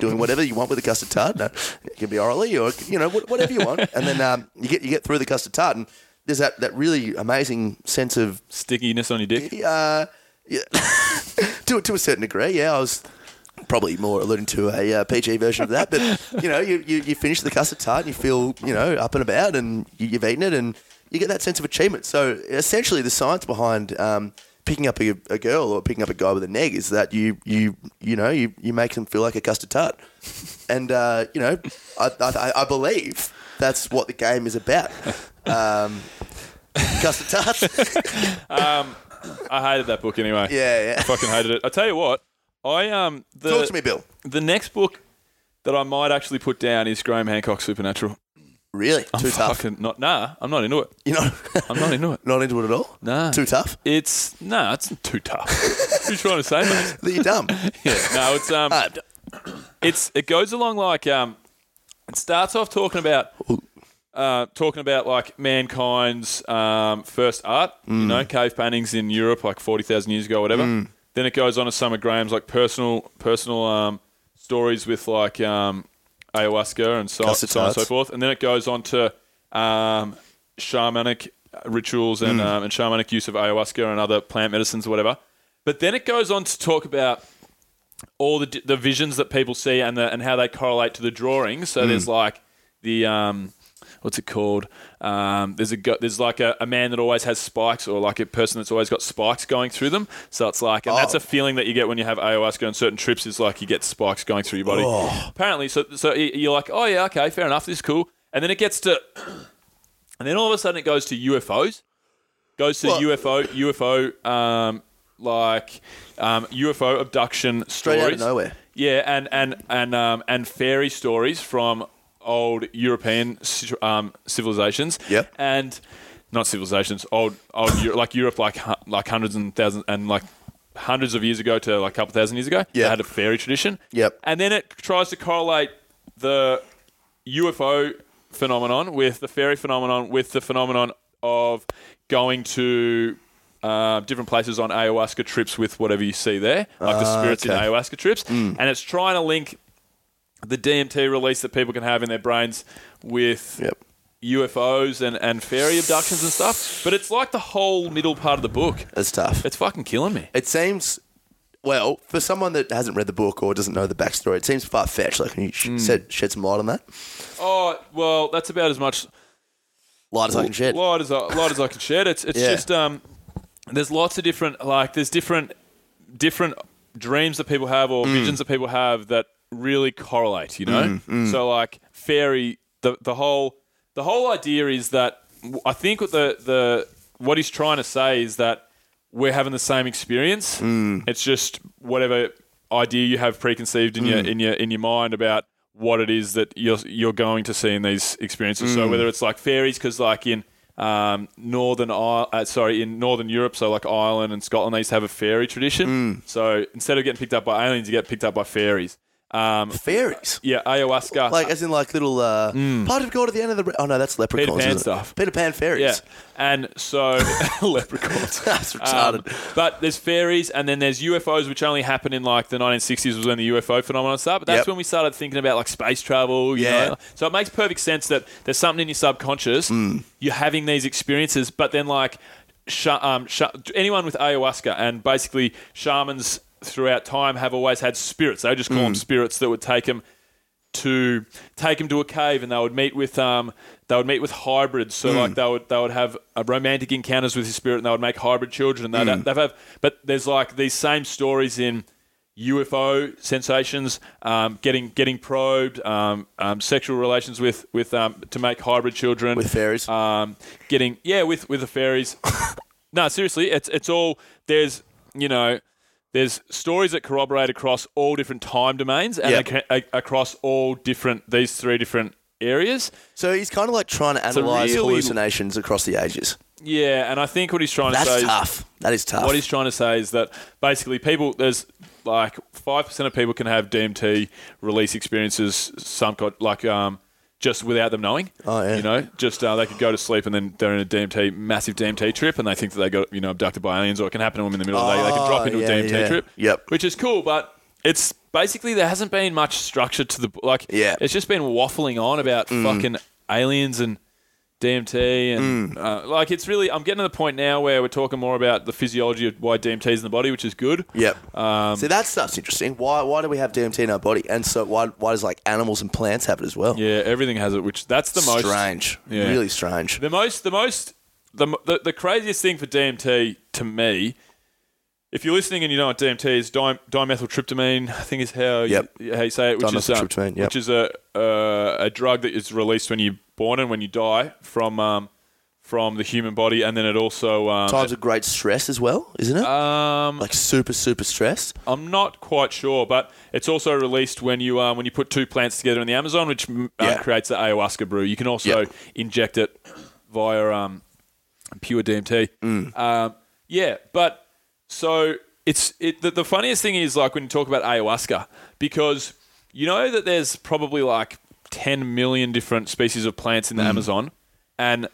S2: doing whatever you want with the custard tart. No, it can be orally, or you know, wh- whatever you want, and then um, you get you get through the custard tart, and there's that, that really amazing sense of
S1: Stickiness on your dick.
S2: uh, yeah, to to a certain degree. Yeah, I was probably more alluding to a uh, PG version of that, but you know, you, you you finish the custard tart and you feel you know up and about, and you, you've eaten it, and you get that sense of achievement. So essentially, the science behind um, picking up a, a girl or picking up a guy with an egg is that you you you know you, you make them feel like a custard tart, and uh, you know, I, I I believe that's what the game is about. Um, custard tarts.
S1: I hated that book anyway.
S2: yeah, yeah.
S1: Fucking hated it. I tell you what, I um the
S2: Talk to me, Bill.
S1: the next book that I might actually put down is Graham Hancock's Supernatural.
S2: Really? Too tough.
S1: Fucking not nah, I'm not into it.
S2: you know,
S1: I'm not into it.
S2: not into it at all.
S1: Nah.
S2: Too tough.
S1: It's nah, it's too tough. what are you trying to say, mate?
S2: That you're dumb.
S1: Yeah, no, it's um,
S2: Ah, d-
S1: it's it goes along like um, it starts off talking about uh, talking about like mankind's um, first art, you know, cave paintings in Europe like forty thousand years ago, whatever. Then it goes on to some of Graham's like personal personal um, stories with like um, ayahuasca and so,
S2: Custard
S1: so on and so
S2: tarts.
S1: forth, and then it goes on to um, shamanic rituals and um, and shamanic use of ayahuasca and other plant medicines or whatever. But then it goes on to talk about all the, the visions that people see and the, and how they correlate to the drawings. So there's like the um, what's it called? Um, there's a go- there's like a, a man that always has spikes, or like a person that's always got spikes going through them. So it's like, and that's
S2: Oh.
S1: a feeling that you get when you have ayahuasca on certain trips. Is like you get spikes going through your body.
S2: Oh.
S1: Apparently, so so y- you're like, oh yeah, okay, fair enough, this is cool. And then it gets to, and then all of a sudden it goes to UFOs goes to
S2: Well-
S1: UFO UFO um, like um, UFO abduction
S2: Straight out of
S1: stories.
S2: nowhere.
S1: Yeah, and and and um, and fairy stories from old European ci- um, civilizations.
S2: Yep.
S1: and not civilizations, old old Europe, like Europe, like hu- like hundreds and thousands and like hundreds of years ago to like a couple thousand years ago.
S2: Yeah.
S1: they had a fairy tradition.
S2: Yep.
S1: and then it tries to correlate the UFO phenomenon with the fairy phenomenon with the phenomenon of going to uh, different places on ayahuasca trips with whatever you see there, like the spirits in
S2: Ah, okay. Hmm.
S1: ayahuasca trips, and it's trying to link the DMT release that people can have in their brains with
S2: Yep.
S1: UFOs and, and fairy abductions and stuff. But it's like the whole middle part of the book.
S2: That's tough.
S1: It's fucking killing me.
S2: It seems, well, for someone that hasn't read the book or doesn't know the backstory, it seems far fetched. Like, can you
S1: Hmm.
S2: sh- shed, shed some light on that?
S1: Oh well, that's about as much
S2: Light as I can shed.
S1: light as I, light as I can shed. It's it's
S2: Yeah.
S1: just um, there's lots of different like there's different different dreams that people have or visions that people have that really correlate. You know, so like fairy the the whole the whole idea is that I think what the the what he's trying to say is that we're having the same experience. It's just whatever idea you have preconceived in your in your in your mind about what it is that you're you're going to see in these experiences. So whether it's like fairies, because like in um, northern I- uh, sorry in northern Europe, so like Ireland and Scotland, they used to have a fairy tradition. So instead of getting picked up by aliens, you get picked up by fairies. Um,
S2: Fairies.
S1: yeah, ayahuasca.
S2: Like, as in, like, little, uh, part of God at the end of the. Re- oh, no, that's leprechauns.
S1: Pan
S2: isn't it?
S1: stuff.
S2: Peter Pan fairies.
S1: yeah, and so leprechauns.
S2: That's
S1: Um,
S2: retarded.
S1: but there's fairies, and then there's UFOs, which only happened in like the 1960s was when the UFO phenomenon started. But that's
S2: Yep.
S1: when we started thinking about like space travel. you
S2: Yeah.
S1: know? So it makes perfect sense that there's something in your subconscious.
S2: Hmm.
S1: You're having these experiences, but then like sh- um, sh- anyone with ayahuasca and basically shamans throughout time have always had spirits. They just call
S2: Hmm.
S1: them spirits that would take them to take him to a cave, and they would meet with um, they would meet with hybrids. So like they would they would have uh, romantic encounters with his spirit, and they would make hybrid children. And they'd, they'd have, but there's like these same stories in UFO sensations, um, getting getting probed, um, um, sexual relations with with um, to make hybrid children
S2: With fairies.
S1: um, getting yeah with with the fairies. no, seriously, it's it's all there's you know there's stories that corroborate across all different time domains and
S2: Yep.
S1: ac- a- across all different these three different areas.
S2: so he's kind of like trying to
S1: a
S2: analyze
S1: really-
S2: hallucinations across the ages.
S1: Yeah, and I think what he's trying to say
S2: That's
S1: is
S2: tough. That is tough.
S1: What he's trying to say is that basically people there's like five percent of people can have DMT release experiences some kind like um just without them knowing.
S2: Oh, yeah.
S1: You know, just uh, they could go to sleep and then they're in a DMT, massive DMT trip, and they think that they got you know abducted by aliens, or it can happen to them in the middle of the day. They can drop into
S2: Oh, yeah,
S1: a DMT
S2: yeah.
S1: trip.
S2: Yep.
S1: Which is cool, but it's basically there hasn't been much structure to the like.
S2: Yeah. Mm.
S1: It's just been waffling on about fucking aliens and. DMT
S2: Mm.
S1: and uh, like it's really I'm getting to the point now where we're talking more about the physiology of why DMT is in the body, which is good.
S2: Yep.
S1: Um,
S2: See, that stuff's interesting. Why, why do we have DMT in our body? And so why, why does like animals and plants have it as well?
S1: Yeah, everything has it, which that's the most
S2: strange.
S1: Yeah.
S2: Really strange.
S1: The most, the most, the, mo- the, the craziest thing for DMT to me, if you're listening and you know what DMT is, di- dimethyltryptamine, I think is how you,
S2: Yep.
S1: how you say it, which is um,
S2: Dimethyltryptamine, yep.
S1: which is a uh, a drug that is released when you're born and when you die from um, from the human body, and then it also um,
S2: Times of great stress as well, isn't it?
S1: um,
S2: like super, super stressed.
S1: I'm not quite sure, but it's also released when you um, when you put two plants together in the Amazon, which mm,
S2: Yeah.
S1: uh, creates the ayahuasca brew. You can also
S2: Yeah.
S1: inject it via um, pure DMT.
S2: Mm.
S1: Um, yeah, but so it's it. The, the funniest thing is like when you talk about ayahuasca, because you know that there's probably like 10 million different species of plants
S2: Mm.
S1: in the Amazon, and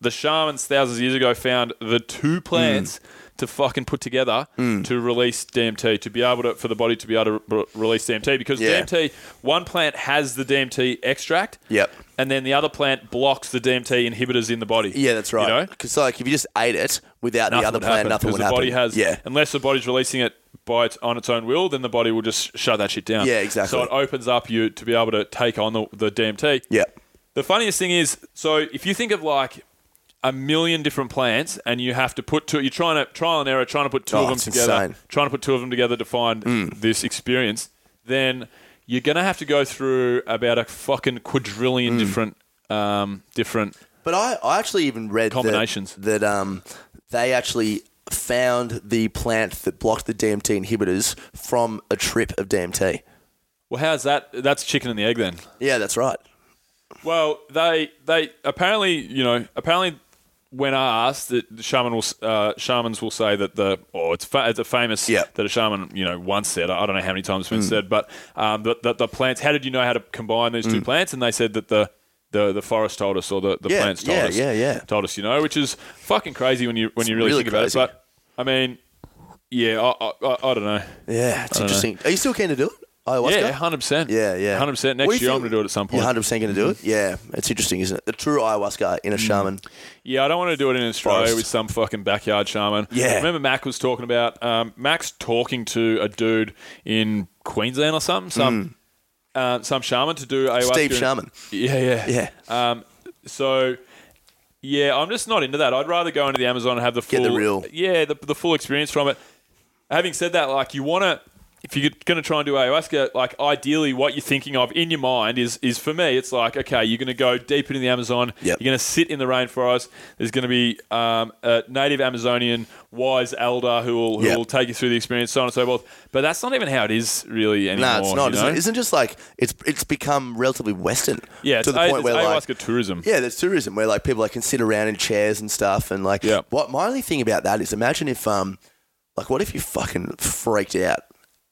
S1: the shamans thousands of years ago found the two plants
S2: Mm.
S1: to fucking put together to release DMT to be able to for the body to be able to re- release DMT because
S2: Yeah.
S1: DMT one plant has the DMT extract.
S2: Yep.
S1: And then the other plant blocks the DMT inhibitors in the body.
S2: Yeah, that's
S1: You know?
S2: right. Because like if you just ate it without the other
S1: would
S2: plant,
S1: happen,
S2: nothing
S1: 'cause
S2: would
S1: the
S2: happen.
S1: body has,
S2: yeah,
S1: unless the body's releasing it by its, on its own will, then the body will just shut that shit down.
S2: Yeah, exactly.
S1: So it opens up you to be able to take on the, the DMT.
S2: yeah,
S1: The funniest thing is, so if you think of like a million different plants, and you have to put two, you're trying to trial and error, trying to put two
S2: Oh,
S1: of them
S2: it's
S1: together,
S2: insane. Hmm.
S1: trying to put two of them together to find this experience, then you're gonna have to go through about a fucking
S2: Hmm.
S1: quadrillion different, um, different.
S2: But I, I actually even read that-
S1: Combinations.
S2: that, um they actually found the plant that blocked the DMT inhibitors from a trip of DMT.
S1: Well, how's that? That's chicken and the egg then.
S2: Yeah, that's right.
S1: Well, they they apparently you know apparently when asked, the, the shaman will s- uh, shamans will say that the oh it's fa- it's a famous
S2: Yeah. Hmm.
S1: that a shaman you know once said I don't know how many times it's been said but um that the, the plants how did you know how to combine these two plants and they said that the the, the forest told us or the, the
S2: Hmm. Yeah,
S1: plants told
S2: yeah,
S1: us
S2: yeah, yeah.
S1: told us you know which is fucking crazy when you when you really,
S2: really
S1: think
S2: crazy.
S1: about it but I mean yeah I I, I, I don't know
S2: Yeah, it's
S1: don't know.
S2: interesting. Are you still keen to do it? Ayahuasca?
S1: yeah hundred percent
S2: Yeah, yeah.
S1: hundred percent
S2: What do
S1: next
S2: you
S1: year I'm
S2: think-
S1: gonna do it at some
S2: You're
S1: point Mm-hmm.
S2: 100 percent going to do it. Yeah, it's interesting, isn't it? The true ayahuasca
S1: Mm.
S2: in a shaman.
S1: Yeah, I don't want to do it in Australia
S2: Forest.
S1: with some fucking backyard shaman.
S2: Yeah.
S1: Remember Mac was talking about um, Mac's talking to a dude in Queensland or something, some uh, some shaman to do ayahuasca.
S2: Hmm. Steve Shaman.
S1: Yeah, yeah.
S2: Yeah,
S1: Um, so yeah, I'm just not into that. I'd rather go into the Amazon and have the full
S2: Get the real-
S1: yeah, the, the full experience from it. Having said that, like you want to if you're going to try and do ayahuasca, like ideally what you're thinking of in your mind is is for me, it's like okay, you're going to go deep into the Amazon.
S2: Yep.
S1: You're going to sit in the rainforest. There's going to be um, a native Amazonian wise elder who will who
S2: Yep.
S1: will take you through the experience, so on and so forth. But that's not even how it is really anymore.
S2: no, it's not.
S1: you
S2: Isn't,
S1: know?
S2: it? isn't just like it's it's become relatively Western.
S1: yeah, it's,
S2: to the
S1: a-
S2: point
S1: it's
S2: where like
S1: ayahuasca tourism.
S2: Yeah, there's tourism where like people like can sit around in chairs and stuff, and like
S1: Yeah.
S2: what my only thing about that is imagine if um like what if you fucking freaked out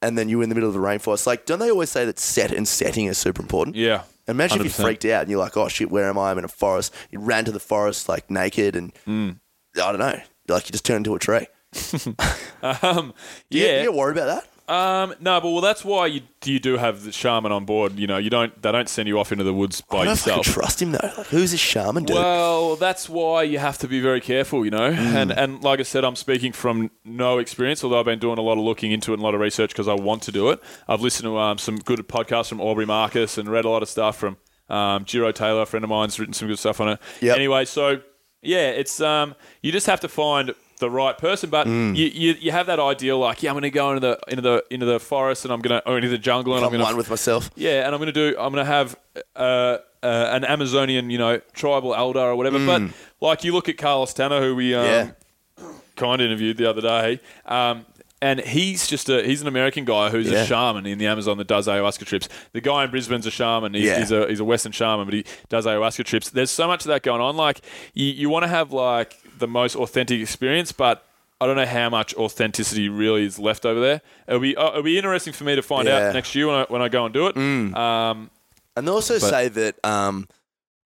S2: and then you were in the middle of the rainforest? Like, don't they always say that set and setting are super important?
S1: Yeah.
S2: Imagine if you
S1: 100%.
S2: freaked out and you're like, oh shit, where am I? I'm in a forest. You ran to the forest like naked and
S1: Mm.
S2: I don't know, like you just turned into a tree.
S1: Um,
S2: Yeah,
S1: yeah.
S2: you don't worry about that.
S1: Um, no, but well, that's why you you do have the shaman on board. You know, you don't they don't send you off into the woods by
S2: I don't fucking
S1: yourself.
S2: trust him though. Like, who's this shaman dude?
S1: Well, that's why you have to be very careful, you know.
S2: Mm.
S1: And and like I said, I'm speaking from no experience, although I've been doing a lot of looking into it and a lot of research because I want to do it. I've listened to um, some good podcasts from Aubrey Marcus and read a lot of stuff from um, Giro Taylor, a friend of mine's written some good stuff on it.
S2: Yep.
S1: Anyway, so yeah, it's um, you just have to find the right person, but
S2: Mm.
S1: you, you you have that ideal like, yeah, I'm going to go into the into the into the forest and I'm going to or into the jungle and
S2: I'm
S1: I'm going
S2: one with myself.
S1: yeah, and I'm gonna do. I'm gonna have uh, uh, an Amazonian, you know, tribal elder or whatever. But like you look at Carlos Tanner, who we um,
S2: Mm. Yeah.
S1: kind of interviewed the other day, um, and he's just a he's an American guy who's
S2: Yeah.
S1: a shaman in the Amazon that does ayahuasca trips. The guy in Brisbane's a shaman. He's,
S2: Yeah.
S1: he's a he's a Western shaman, but he does ayahuasca trips. There's so much of that going on. Like you, you want to have like the most authentic experience, but I don't know how much authenticity really is left over there. It'll be uh, it'll be interesting for me to find
S2: Yeah. Mm.
S1: out next year when I, when I go and do it. Um,
S2: And they also
S9: But-
S2: say that, um,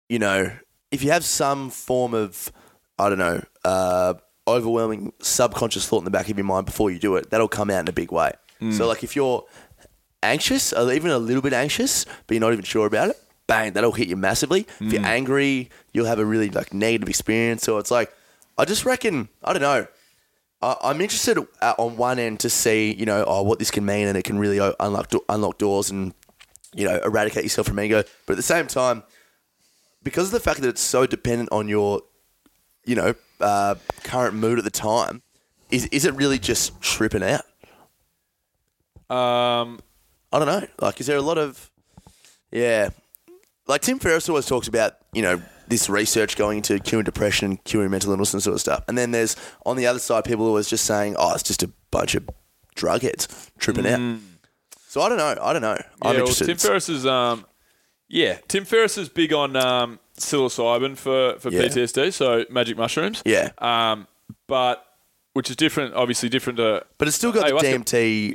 S2: you know, if you have some form of, I don't know, uh, overwhelming subconscious thought in the back of your mind before you do it, that'll come out in a big way. So, like, if you're anxious, or even a little bit anxious, but you're not even sure about it, bang, that'll hit you massively. If you're angry, you'll have a really like negative experience. So it's like, I just reckon, I don't know. I- I'm interested uh, on one end to see, you know, oh, what this can mean, and it can really uh, unlock do- unlock doors and you know, eradicate yourself from ego. But at the same time, because of the fact that it's so dependent on your, you know, uh, current mood at the time, is is it really just tripping out?
S1: Um,
S2: I don't know. Like, is there a lot of, yeah, like Tim Ferriss always talks about, you know, this research going into curing depression, curing mental illness, and sort of stuff. And then there's on the other side, people always just saying, oh, it's just a bunch of drug heads tripping out. So I don't know. I don't know. I'm
S1: Mm. yeah, well,
S2: interested.
S1: Tim Ferriss is um, yeah, Tim Ferriss is big on um, psilocybin for for
S2: Yeah.
S1: PTSD, so magic mushrooms.
S2: yeah.
S1: Um, but which is different, obviously different to
S2: But it's still got the
S1: Ayahuasca-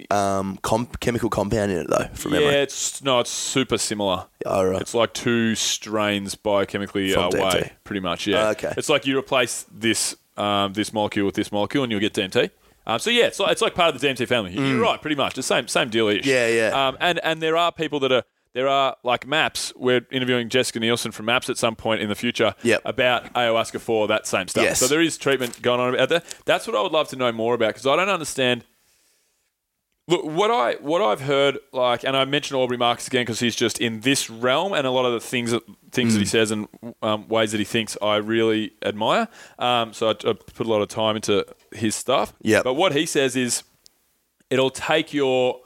S2: DMT um, com- chemical compound in it, though, from
S1: yeah,
S2: memory.
S1: it's no, it's super similar.
S2: Oh, right.
S1: It's like two strains biochemically
S2: From
S1: uh,
S2: DMT.
S1: way, pretty much. Yeah.
S2: Oh, okay.
S1: It's like you replace this um, this molecule with this molecule, and you'll get DMT. Um, so yeah, it's like, it's like part of the DMT family. You're right, pretty much the same same deal ish.
S2: Mm. Yeah, yeah.
S1: Um, and and there are people that are there are like maps. We're interviewing Jessica Nielsen from Maps at some point in the future
S2: Yep.
S1: about ayahuasca for that same stuff.
S2: Yes.
S1: So there is treatment going on out there. That's what I would love to know more about because I don't understand. Look, what I what I've heard, like, and I mentioned Aubrey Marcus again because he's just in this realm, and a lot of the things that things that he says and um, ways that he thinks, I really admire. Um, so I, I put a lot of time into his stuff.
S2: Yep.
S1: But what he says is, it'll take your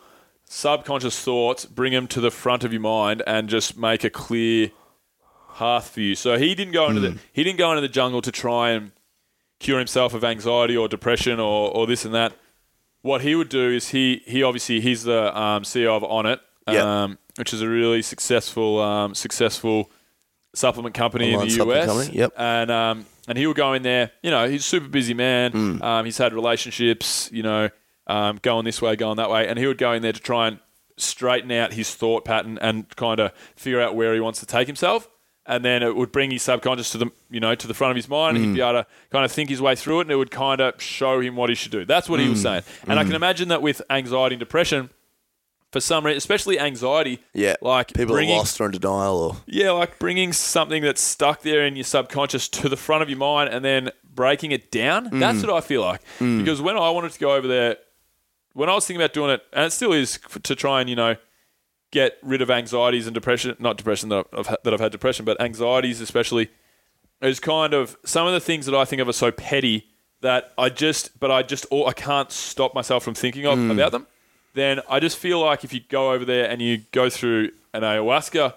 S1: subconscious thoughts, bring them to the front of your mind, and just make a clear path for you. So he didn't go into the he didn't go into the jungle to try and cure himself of anxiety or depression or, or this and that. What he would do is he he obviously he's the um, CEO of Onnit, um,
S2: Yep.
S1: which is a really successful um, successful supplement company
S2: Online
S1: in the
S2: supplement
S1: US.
S2: company, yep.
S1: And um, and he would go in there. You know, he's a super busy man.
S2: Hmm.
S1: Um, he's had relationships. You know, um, going this way, going that way, and he would go in there to try and straighten out his thought pattern and kind of figure out where he wants to take himself. And then it would bring his subconscious to the you know to the front of his mind.
S2: Hmm.
S1: and He'd be able to kind of think his way through it, and it would kind of show him what he should do. That's what
S2: Hmm.
S1: he was saying. And I can imagine that with anxiety and depression, for some reason, especially anxiety,
S2: Yeah.
S1: like
S2: people
S1: bringing,
S2: are lost or in denial, or
S1: yeah, like bringing something that's stuck there in your subconscious to the front of your mind and then breaking it down. That's what I feel like. Because when I wanted to go over there, when I was thinking about doing it, and it still is f- to try and, you know, get rid of anxieties and depression, not depression that I've, ha- that I've had depression, but anxieties especially, is kind of some of the things that I think of are so petty that I just, but I just, or I can't stop myself from thinking of, about them. Then I just feel like if you go over there and you go through an ayahuasca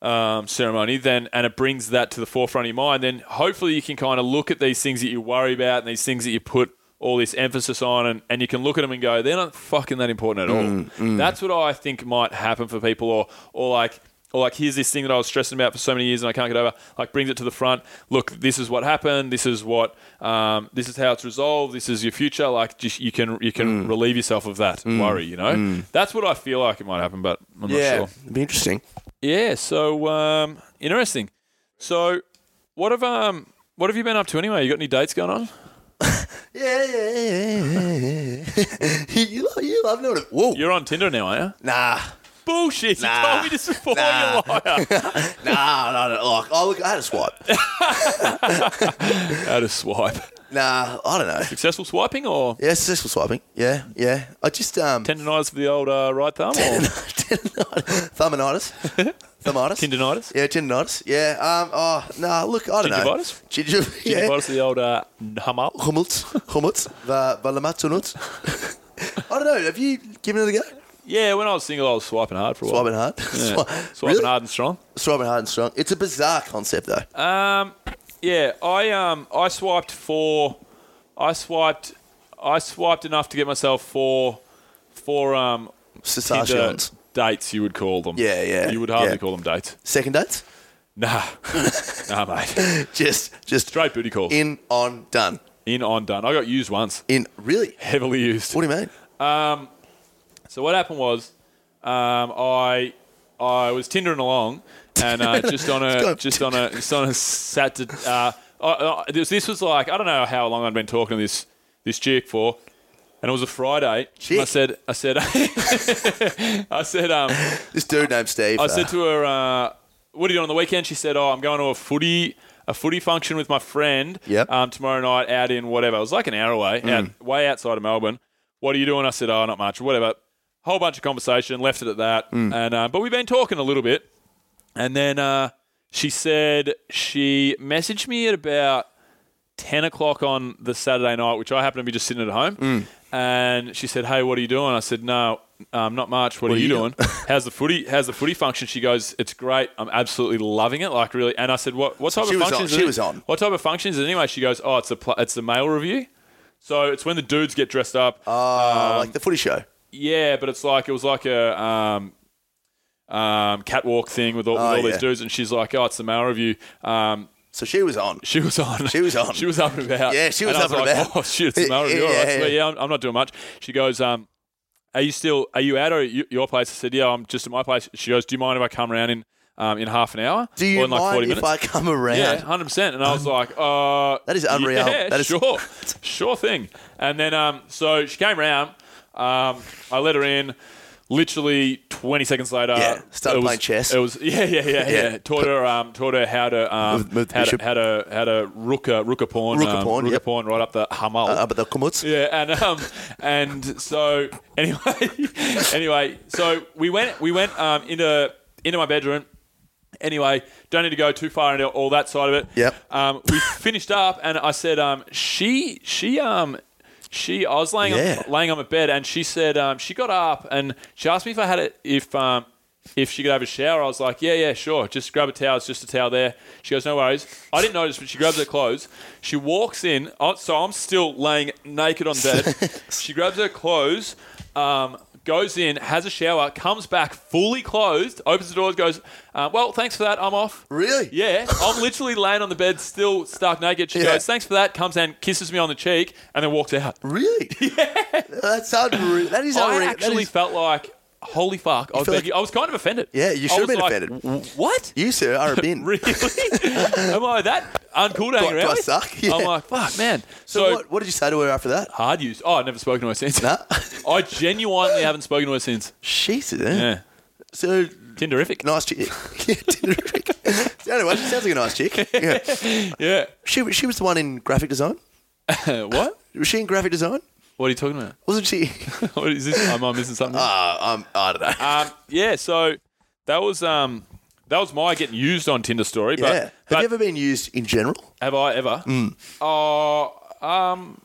S1: um, ceremony, then and it brings that to the forefront of your mind, then hopefully you can kind of look at these things that you worry about and these things that you put all this emphasis on, and, and you can look at them and go, they're not fucking that important at all. That's what I think might happen for people, or or like or like here's this thing that I was stressing about for so many years and I can't get over. Like brings it to the front. Look, this is what happened. This is what um, this is how it's resolved. This is your future. Like just you can you can relieve yourself of that worry. You know, that's what I feel like it might happen, but I'm not sure.
S2: it'd be interesting.
S1: Yeah, so um, interesting. So, what have um, what have you been up to anyway? You got any dates going on?
S2: Yeah, yeah, yeah, yeah. you, love, you love knowing it. Whoa,
S1: You're on Tinder now, aren't you?
S2: nah,
S1: Bullshit! You
S2: Nah.
S1: told me this before,
S2: Nah.
S1: you liar.
S2: nah, no, no. Like, oh look, I had a swipe.
S1: How to swipe?
S2: nah, I don't know.
S1: Successful swiping or
S2: Yeah, successful swiping. Yeah, yeah. I just um,
S1: tendonitis for the old uh, right thumb or
S2: thumbinitis, thumbinitis,
S1: tendonitis?
S2: Yeah, tendinitis. Yeah. Um. Oh, nah. Look, I don't know.
S1: Gingivitis?
S2: Ginger. Yeah.
S1: Tendonitis for the old uh, hummel?
S2: Hummels, Hummels, the Valamatunut. I don't know. Have you given it a go?
S1: Yeah, when I was single, I was swiping hard for a while.
S2: Swiping hard.
S1: Yeah.
S2: Swi-
S1: Swiping
S2: really?
S1: hard and strong.
S2: Swiping hard and strong. It's a bizarre concept, though.
S1: Um, yeah, I um, I swiped for, I swiped, I swiped enough to get myself four, four um, Tinder
S2: Cessations.
S1: dates you would call them.
S2: Yeah, yeah,
S1: You would hardly
S2: yeah.
S1: call them dates.
S2: Second dates?
S1: Nah, nah, mate.
S2: Just, just
S1: Straight booty calls. In,
S2: in, on, done.
S1: on, done. I got used once,
S2: In, really?
S1: heavily used.
S2: What do you mean?
S1: So what happened was, um, I I was tindering along, and uh, just on a just on a just on a Saturday. Uh, I, I, this, this was like I don't know how long I'd been talking to this this chick for, and it was a Friday.
S2: Chick?
S1: I said, I said, I said, um,
S2: This dude named Steve.
S1: I said to her, uh, "What are you doing on the weekend?" She said, "Oh, I'm going to a footy." A footy function with my friend
S2: Yep.
S1: um, tomorrow night out in whatever. It was like an hour away, out, way outside of Melbourne. What are you doing? I said, oh, not much, whatever. Whole bunch of conversation, left it at that. And uh, But we've been talking a little bit. And then uh, she said she messaged me at about 10 o'clock on the Saturday night, which I happen to be just sitting at home.
S2: Mm.
S1: And she said, Hey, what are you doing? I said, No, um, not much. What, are, you doing? How's the footy? How's the footy function? She goes, It's great. I'm absolutely loving it. Like, really. And I said, What, what type
S2: She
S1: of
S2: was on-
S1: functions? is
S2: she
S1: it?"
S2: was on.
S1: What type of functions? And anyway, she goes, Oh, it's a, pl- it's a male review. So it's when the dudes get dressed up.
S2: Uh,
S1: um,
S2: like the footy show.
S1: Yeah, but it's like it was like a um, um, catwalk thing with all, with
S2: Oh,
S1: all
S2: yeah.
S1: these dudes, and she's like, "Oh, it's the male review." Um,
S2: So she was on.
S1: she was on.
S2: She was on.
S1: she was up and about.
S2: Yeah, she was
S1: and I
S2: up and
S1: like,
S2: about.
S1: Oh shit, it's the male review.
S2: Yeah,
S1: All right. So,
S2: yeah.
S1: Yeah, I'm, I'm not doing much. She goes, um, "Are you still? Are you out or at y- your place?" I said, "Yeah, I'm just at my place." She goes, "Do you mind if I come around in um, in half an hour?
S2: Do you
S1: or in like
S2: mind
S1: 40
S2: if
S1: minutes?"
S2: I come around?
S1: Yeah, hundred percent. And I was like, uh,
S2: That is unreal.
S1: Yeah,
S2: That is-
S1: sure, sure thing. And then, um, so she came round. Um, I let her in. Literally twenty seconds later,
S2: Yeah, started
S1: it was-
S2: playing chess.
S1: It was yeah, yeah, yeah, yeah.
S2: Yeah.
S1: Taught her, um, taught her how to um,
S2: Move- move the
S1: how, to,
S2: bishop.
S1: how to how to rook a rook a pawn,
S2: Rook a
S1: um,
S2: pawn,
S1: rook
S2: yep.
S1: a pawn right up the Hamal.
S2: Uh, but the Kumutz.
S1: Yeah, and um, and so anyway, anyway, so we went we went um into into my bedroom. Anyway, don't need to go too far into all that side of it.
S2: Yep.
S1: Um, we finished up, and I said, um, she she um. She, I was laying
S2: Yeah.
S1: on, laying on my bed, and she said um, she got up and she asked me if I had it if um, if she could have a shower. I was like, yeah, yeah, sure. Just grab a towel. It's just a towel there. She goes, no worries. I didn't notice, but she grabs her clothes. She walks in. I- So I'm still laying naked on bed. she grabs her clothes, um, goes in, has a shower, comes back fully clothed, opens the doors, goes, uh, well, thanks for that. I'm off.
S2: Really?
S1: Yeah, I'm literally laying on the bed, still stark naked. She
S2: Yeah.
S1: goes, "Thanks for that." Comes and kisses me on the cheek, and then walks out.
S2: Really? Yeah. That's unreal. That is unreal.
S1: I
S2: That
S1: actually
S2: is-
S1: felt like, "Holy fuck!" I was,
S2: felt
S1: begging- I was kind of offended.
S2: Yeah, you
S1: I
S2: should have
S1: was
S2: been
S1: like,
S2: offended.
S1: "W- What?
S2: you sir are a bin.
S1: Really? Am I that uncool to hang
S2: Do I- do
S1: around
S2: I
S1: with?
S2: suck? Yeah.
S1: I'm like, fuck, man.
S2: So, what, what did you say to her after that?
S1: hard use. Oh, I've never spoken to her since.
S2: Nah.
S1: I genuinely haven't spoken to her since.
S2: She's
S1: Yeah,
S2: So
S1: Tinderific.
S2: nice chick. yeah, terrific. anyway, she sounds like a nice chick. Yeah.
S1: Yeah.
S2: She she was the one in graphic design.
S1: what?
S2: Was she in graphic design?
S1: What are you talking about?
S2: Wasn't she?
S1: What is this? Am I missing something?
S2: Uh, um, I don't know.
S1: Um, yeah, so that was um, that was my getting used on Tinder story. But,
S2: yeah. Have
S1: but
S2: you Mm. ever been used in general?
S1: have I ever? Oh, um,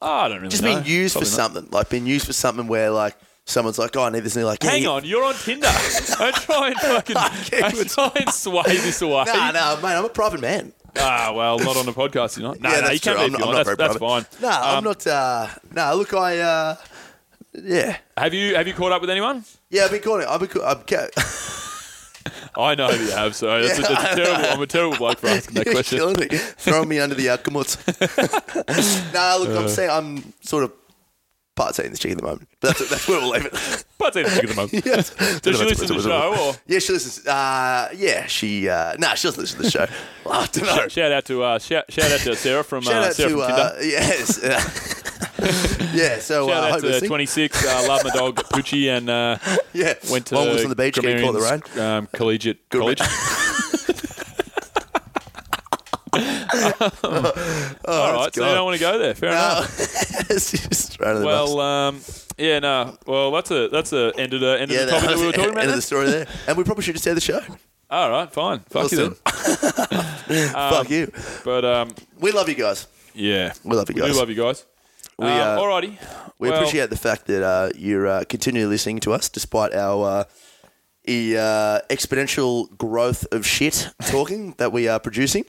S1: I don't really
S2: Just
S1: know.
S2: been used for
S1: Probably not.
S2: something. Like been used for something where like someone's like, oh, I need this, and you're like, yeah,
S1: Hang
S2: you-
S1: on, you're on Tinder. don't try and fucking don't try and sway this away.
S2: Nah, nah, mate, I'm a private man.
S1: Ah, well, not on a podcast, you're not. No,
S2: yeah,
S1: no,
S2: that's
S1: you can't be
S2: true. I'm,
S1: if
S2: not-
S1: you
S2: I'm
S1: want.
S2: not very
S1: That's, that's fine.
S2: private. Nah, I'm
S1: Um,
S2: not. Uh, nah, look, I. Uh, yeah,
S1: Have you have you caught up with anyone?
S2: yeah, I've been calling it. I've been. ca- I'm ca-
S1: I know you have. So that's, a, that's a terrible. I'm a terrible bloke for asking that
S2: You're
S1: question.
S2: killing me. Throwing me under the outcomes. nah, look,
S1: Uh.
S2: I'm saying I'm sort of part eating this chicken at the moment. But that's, that's where we'll leave it.
S1: But then think of the month.
S2: Yes.
S1: Does she listen to the show or?
S2: Yeah, she listens. Uh, yeah, she. Uh, nah, she doesn't listen to the show. Well, I don't know.
S1: Shout out to uh, shout, shout out to Sarah from
S2: Shout
S1: uh,
S2: out
S1: Sarah
S2: to
S1: from Tinder.
S2: uh, yes, uh, yeah. So
S1: Shout
S2: uh,
S1: out
S2: hope you're
S1: to
S2: listening.
S1: 26, uh, love my dog Poochie, and uh,
S2: Yeah,
S1: went to
S2: long was on the beach, getting caught in the rain.
S1: Grammarian's, Um, collegiate
S2: Good
S1: college.
S2: Oh,
S1: All right, so you
S2: God.
S1: don't want to go there. Fair
S2: Uh,
S1: enough.
S2: it's just right under the bus.
S1: Ah. Well, um, yeah, no. Well, that's a that's a end of the end of the topic that we were talking about. then.
S2: end of the story there. And we probably should just end the show.
S1: All right, fine. Fuck you
S2: Awesome.
S1: then. Um,
S2: Fuck you.
S1: But um,
S2: We love you guys.
S1: yeah,
S2: We love you
S1: We
S2: guys.
S1: do love you guys.
S2: We,
S1: um,
S2: uh,
S1: alrighty.
S2: We
S1: Well-
S2: appreciate the fact that uh, you're uh, continually listening to us despite our uh, e- uh, exponential growth of shit talking that we are producing.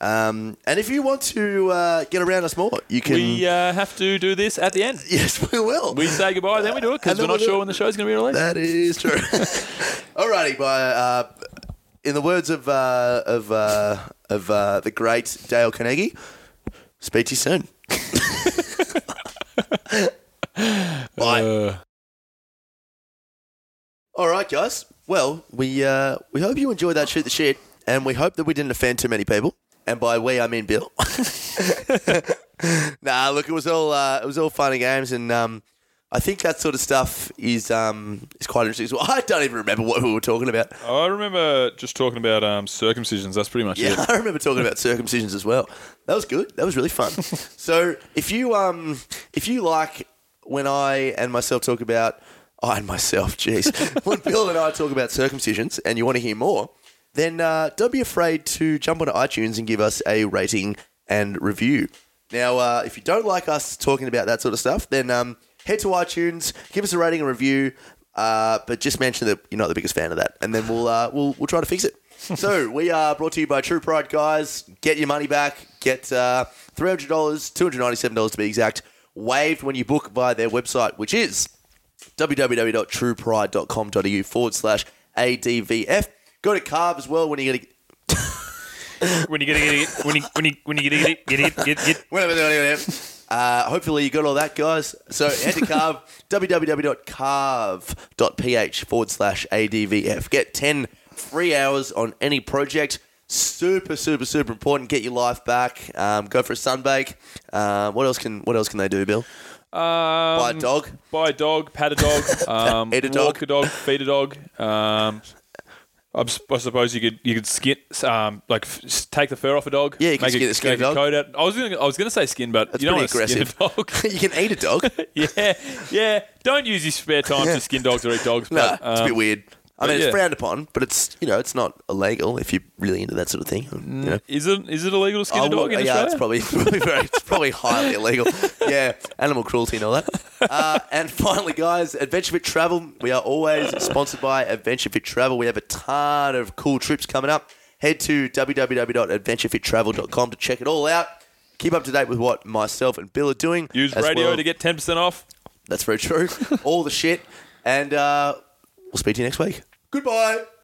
S2: Um, and if you want to uh, get around us more, you can.
S1: We uh, have to do this at the end.
S2: yes, we will.
S1: We say goodbye, then we do it because
S2: And then
S1: we're not
S2: we do
S1: sure
S2: it.
S1: when the show's going to be released.
S2: That is true. Alrighty, by uh, in the words of uh, of uh, of uh, the great Dale Carnegie, speak to you soon. Bye.
S1: Uh,
S2: All right, guys. Well, we uh, we hope you enjoyed that shoot the shit, and we hope that we didn't offend too many people. And by we, I mean Bill. nah, look, it was all uh, it was all fun and games, and um, I think that sort of stuff is um, is quite interesting. as Well, I don't even remember what we were talking about.
S1: I remember just talking about um, circumcisions. That's pretty much it.
S2: Yeah, I remember talking about circumcisions as well. That was good. That was really fun. so if you um if you like when I and myself talk about I and myself, jeez, when Bill and I talk about circumcisions, and you want to hear more, then uh, don't be afraid to jump onto iTunes and give us a rating and review. Now, uh, if you don't like us talking about that sort of stuff, then um, head to iTunes, give us a rating and review, uh, but just mention that you're not the biggest fan of that, and then we'll uh, we'll we'll try to fix it. so we are brought to you by True Pride, guys. Get your money back. Get uh, three hundred dollars, two hundred ninety-seven dollars to be exact, waived when you book via their website, which is www.truepride.com.au forward slash advf. Go to Carb as well when you get.
S9: When you get it, when you when you when you get it, get it, get it, get
S2: it. Uh, hopefully you got all that, guys. So head to Carve, www.carve.ph forward slash ADVF. Get 10 free hours on any project. Super, super, super important. Get your life back. Um, go for a sunbake. Uh, what else can What else can they do, Bill?
S1: Um,
S2: Buy a dog.
S1: Buy a dog, pat a dog, um,
S2: Eat a dog.
S1: walk a dog, feed a dog. Um, I s- I suppose you could you could skin um, like f- s- take the fur off a dog.
S2: Yeah, you can
S1: make
S2: skin-
S1: it,
S2: skin a
S1: make
S2: dog.
S1: coat out. I was gonna, I was going to say skin, but
S2: That's
S1: you don't want
S2: pretty
S1: to skin a
S2: aggressive.
S1: dog.
S2: you can eat a dog.
S1: yeah, yeah. Don't use your spare time to skin dogs or eat dogs.
S2: No,
S1: But,
S2: it's a bit
S1: um,
S2: weird. I
S1: but
S2: mean,
S1: yeah.
S2: it's frowned upon, but it's you know it's not illegal if you're really into that sort of thing. you know.
S1: Is it is it illegal to skin
S2: Oh,
S1: a dog
S2: well,
S1: in
S2: yeah,
S1: Australia?
S2: it's probably probably very, it's probably highly illegal. Yeah, animal cruelty and all that. Uh, and finally, guys, Adventure Fit Travel. We are always sponsored by Adventure Fit Travel. We have a ton of cool trips coming up. Head to www.adventurefittravel.com to check it all out. Keep up to date with what myself and Bill are doing.
S1: Use
S2: as
S1: radio
S2: well.
S1: to get ten percent off.
S2: That's very true. all the shit. And uh, we'll speak to you next week. Goodbye.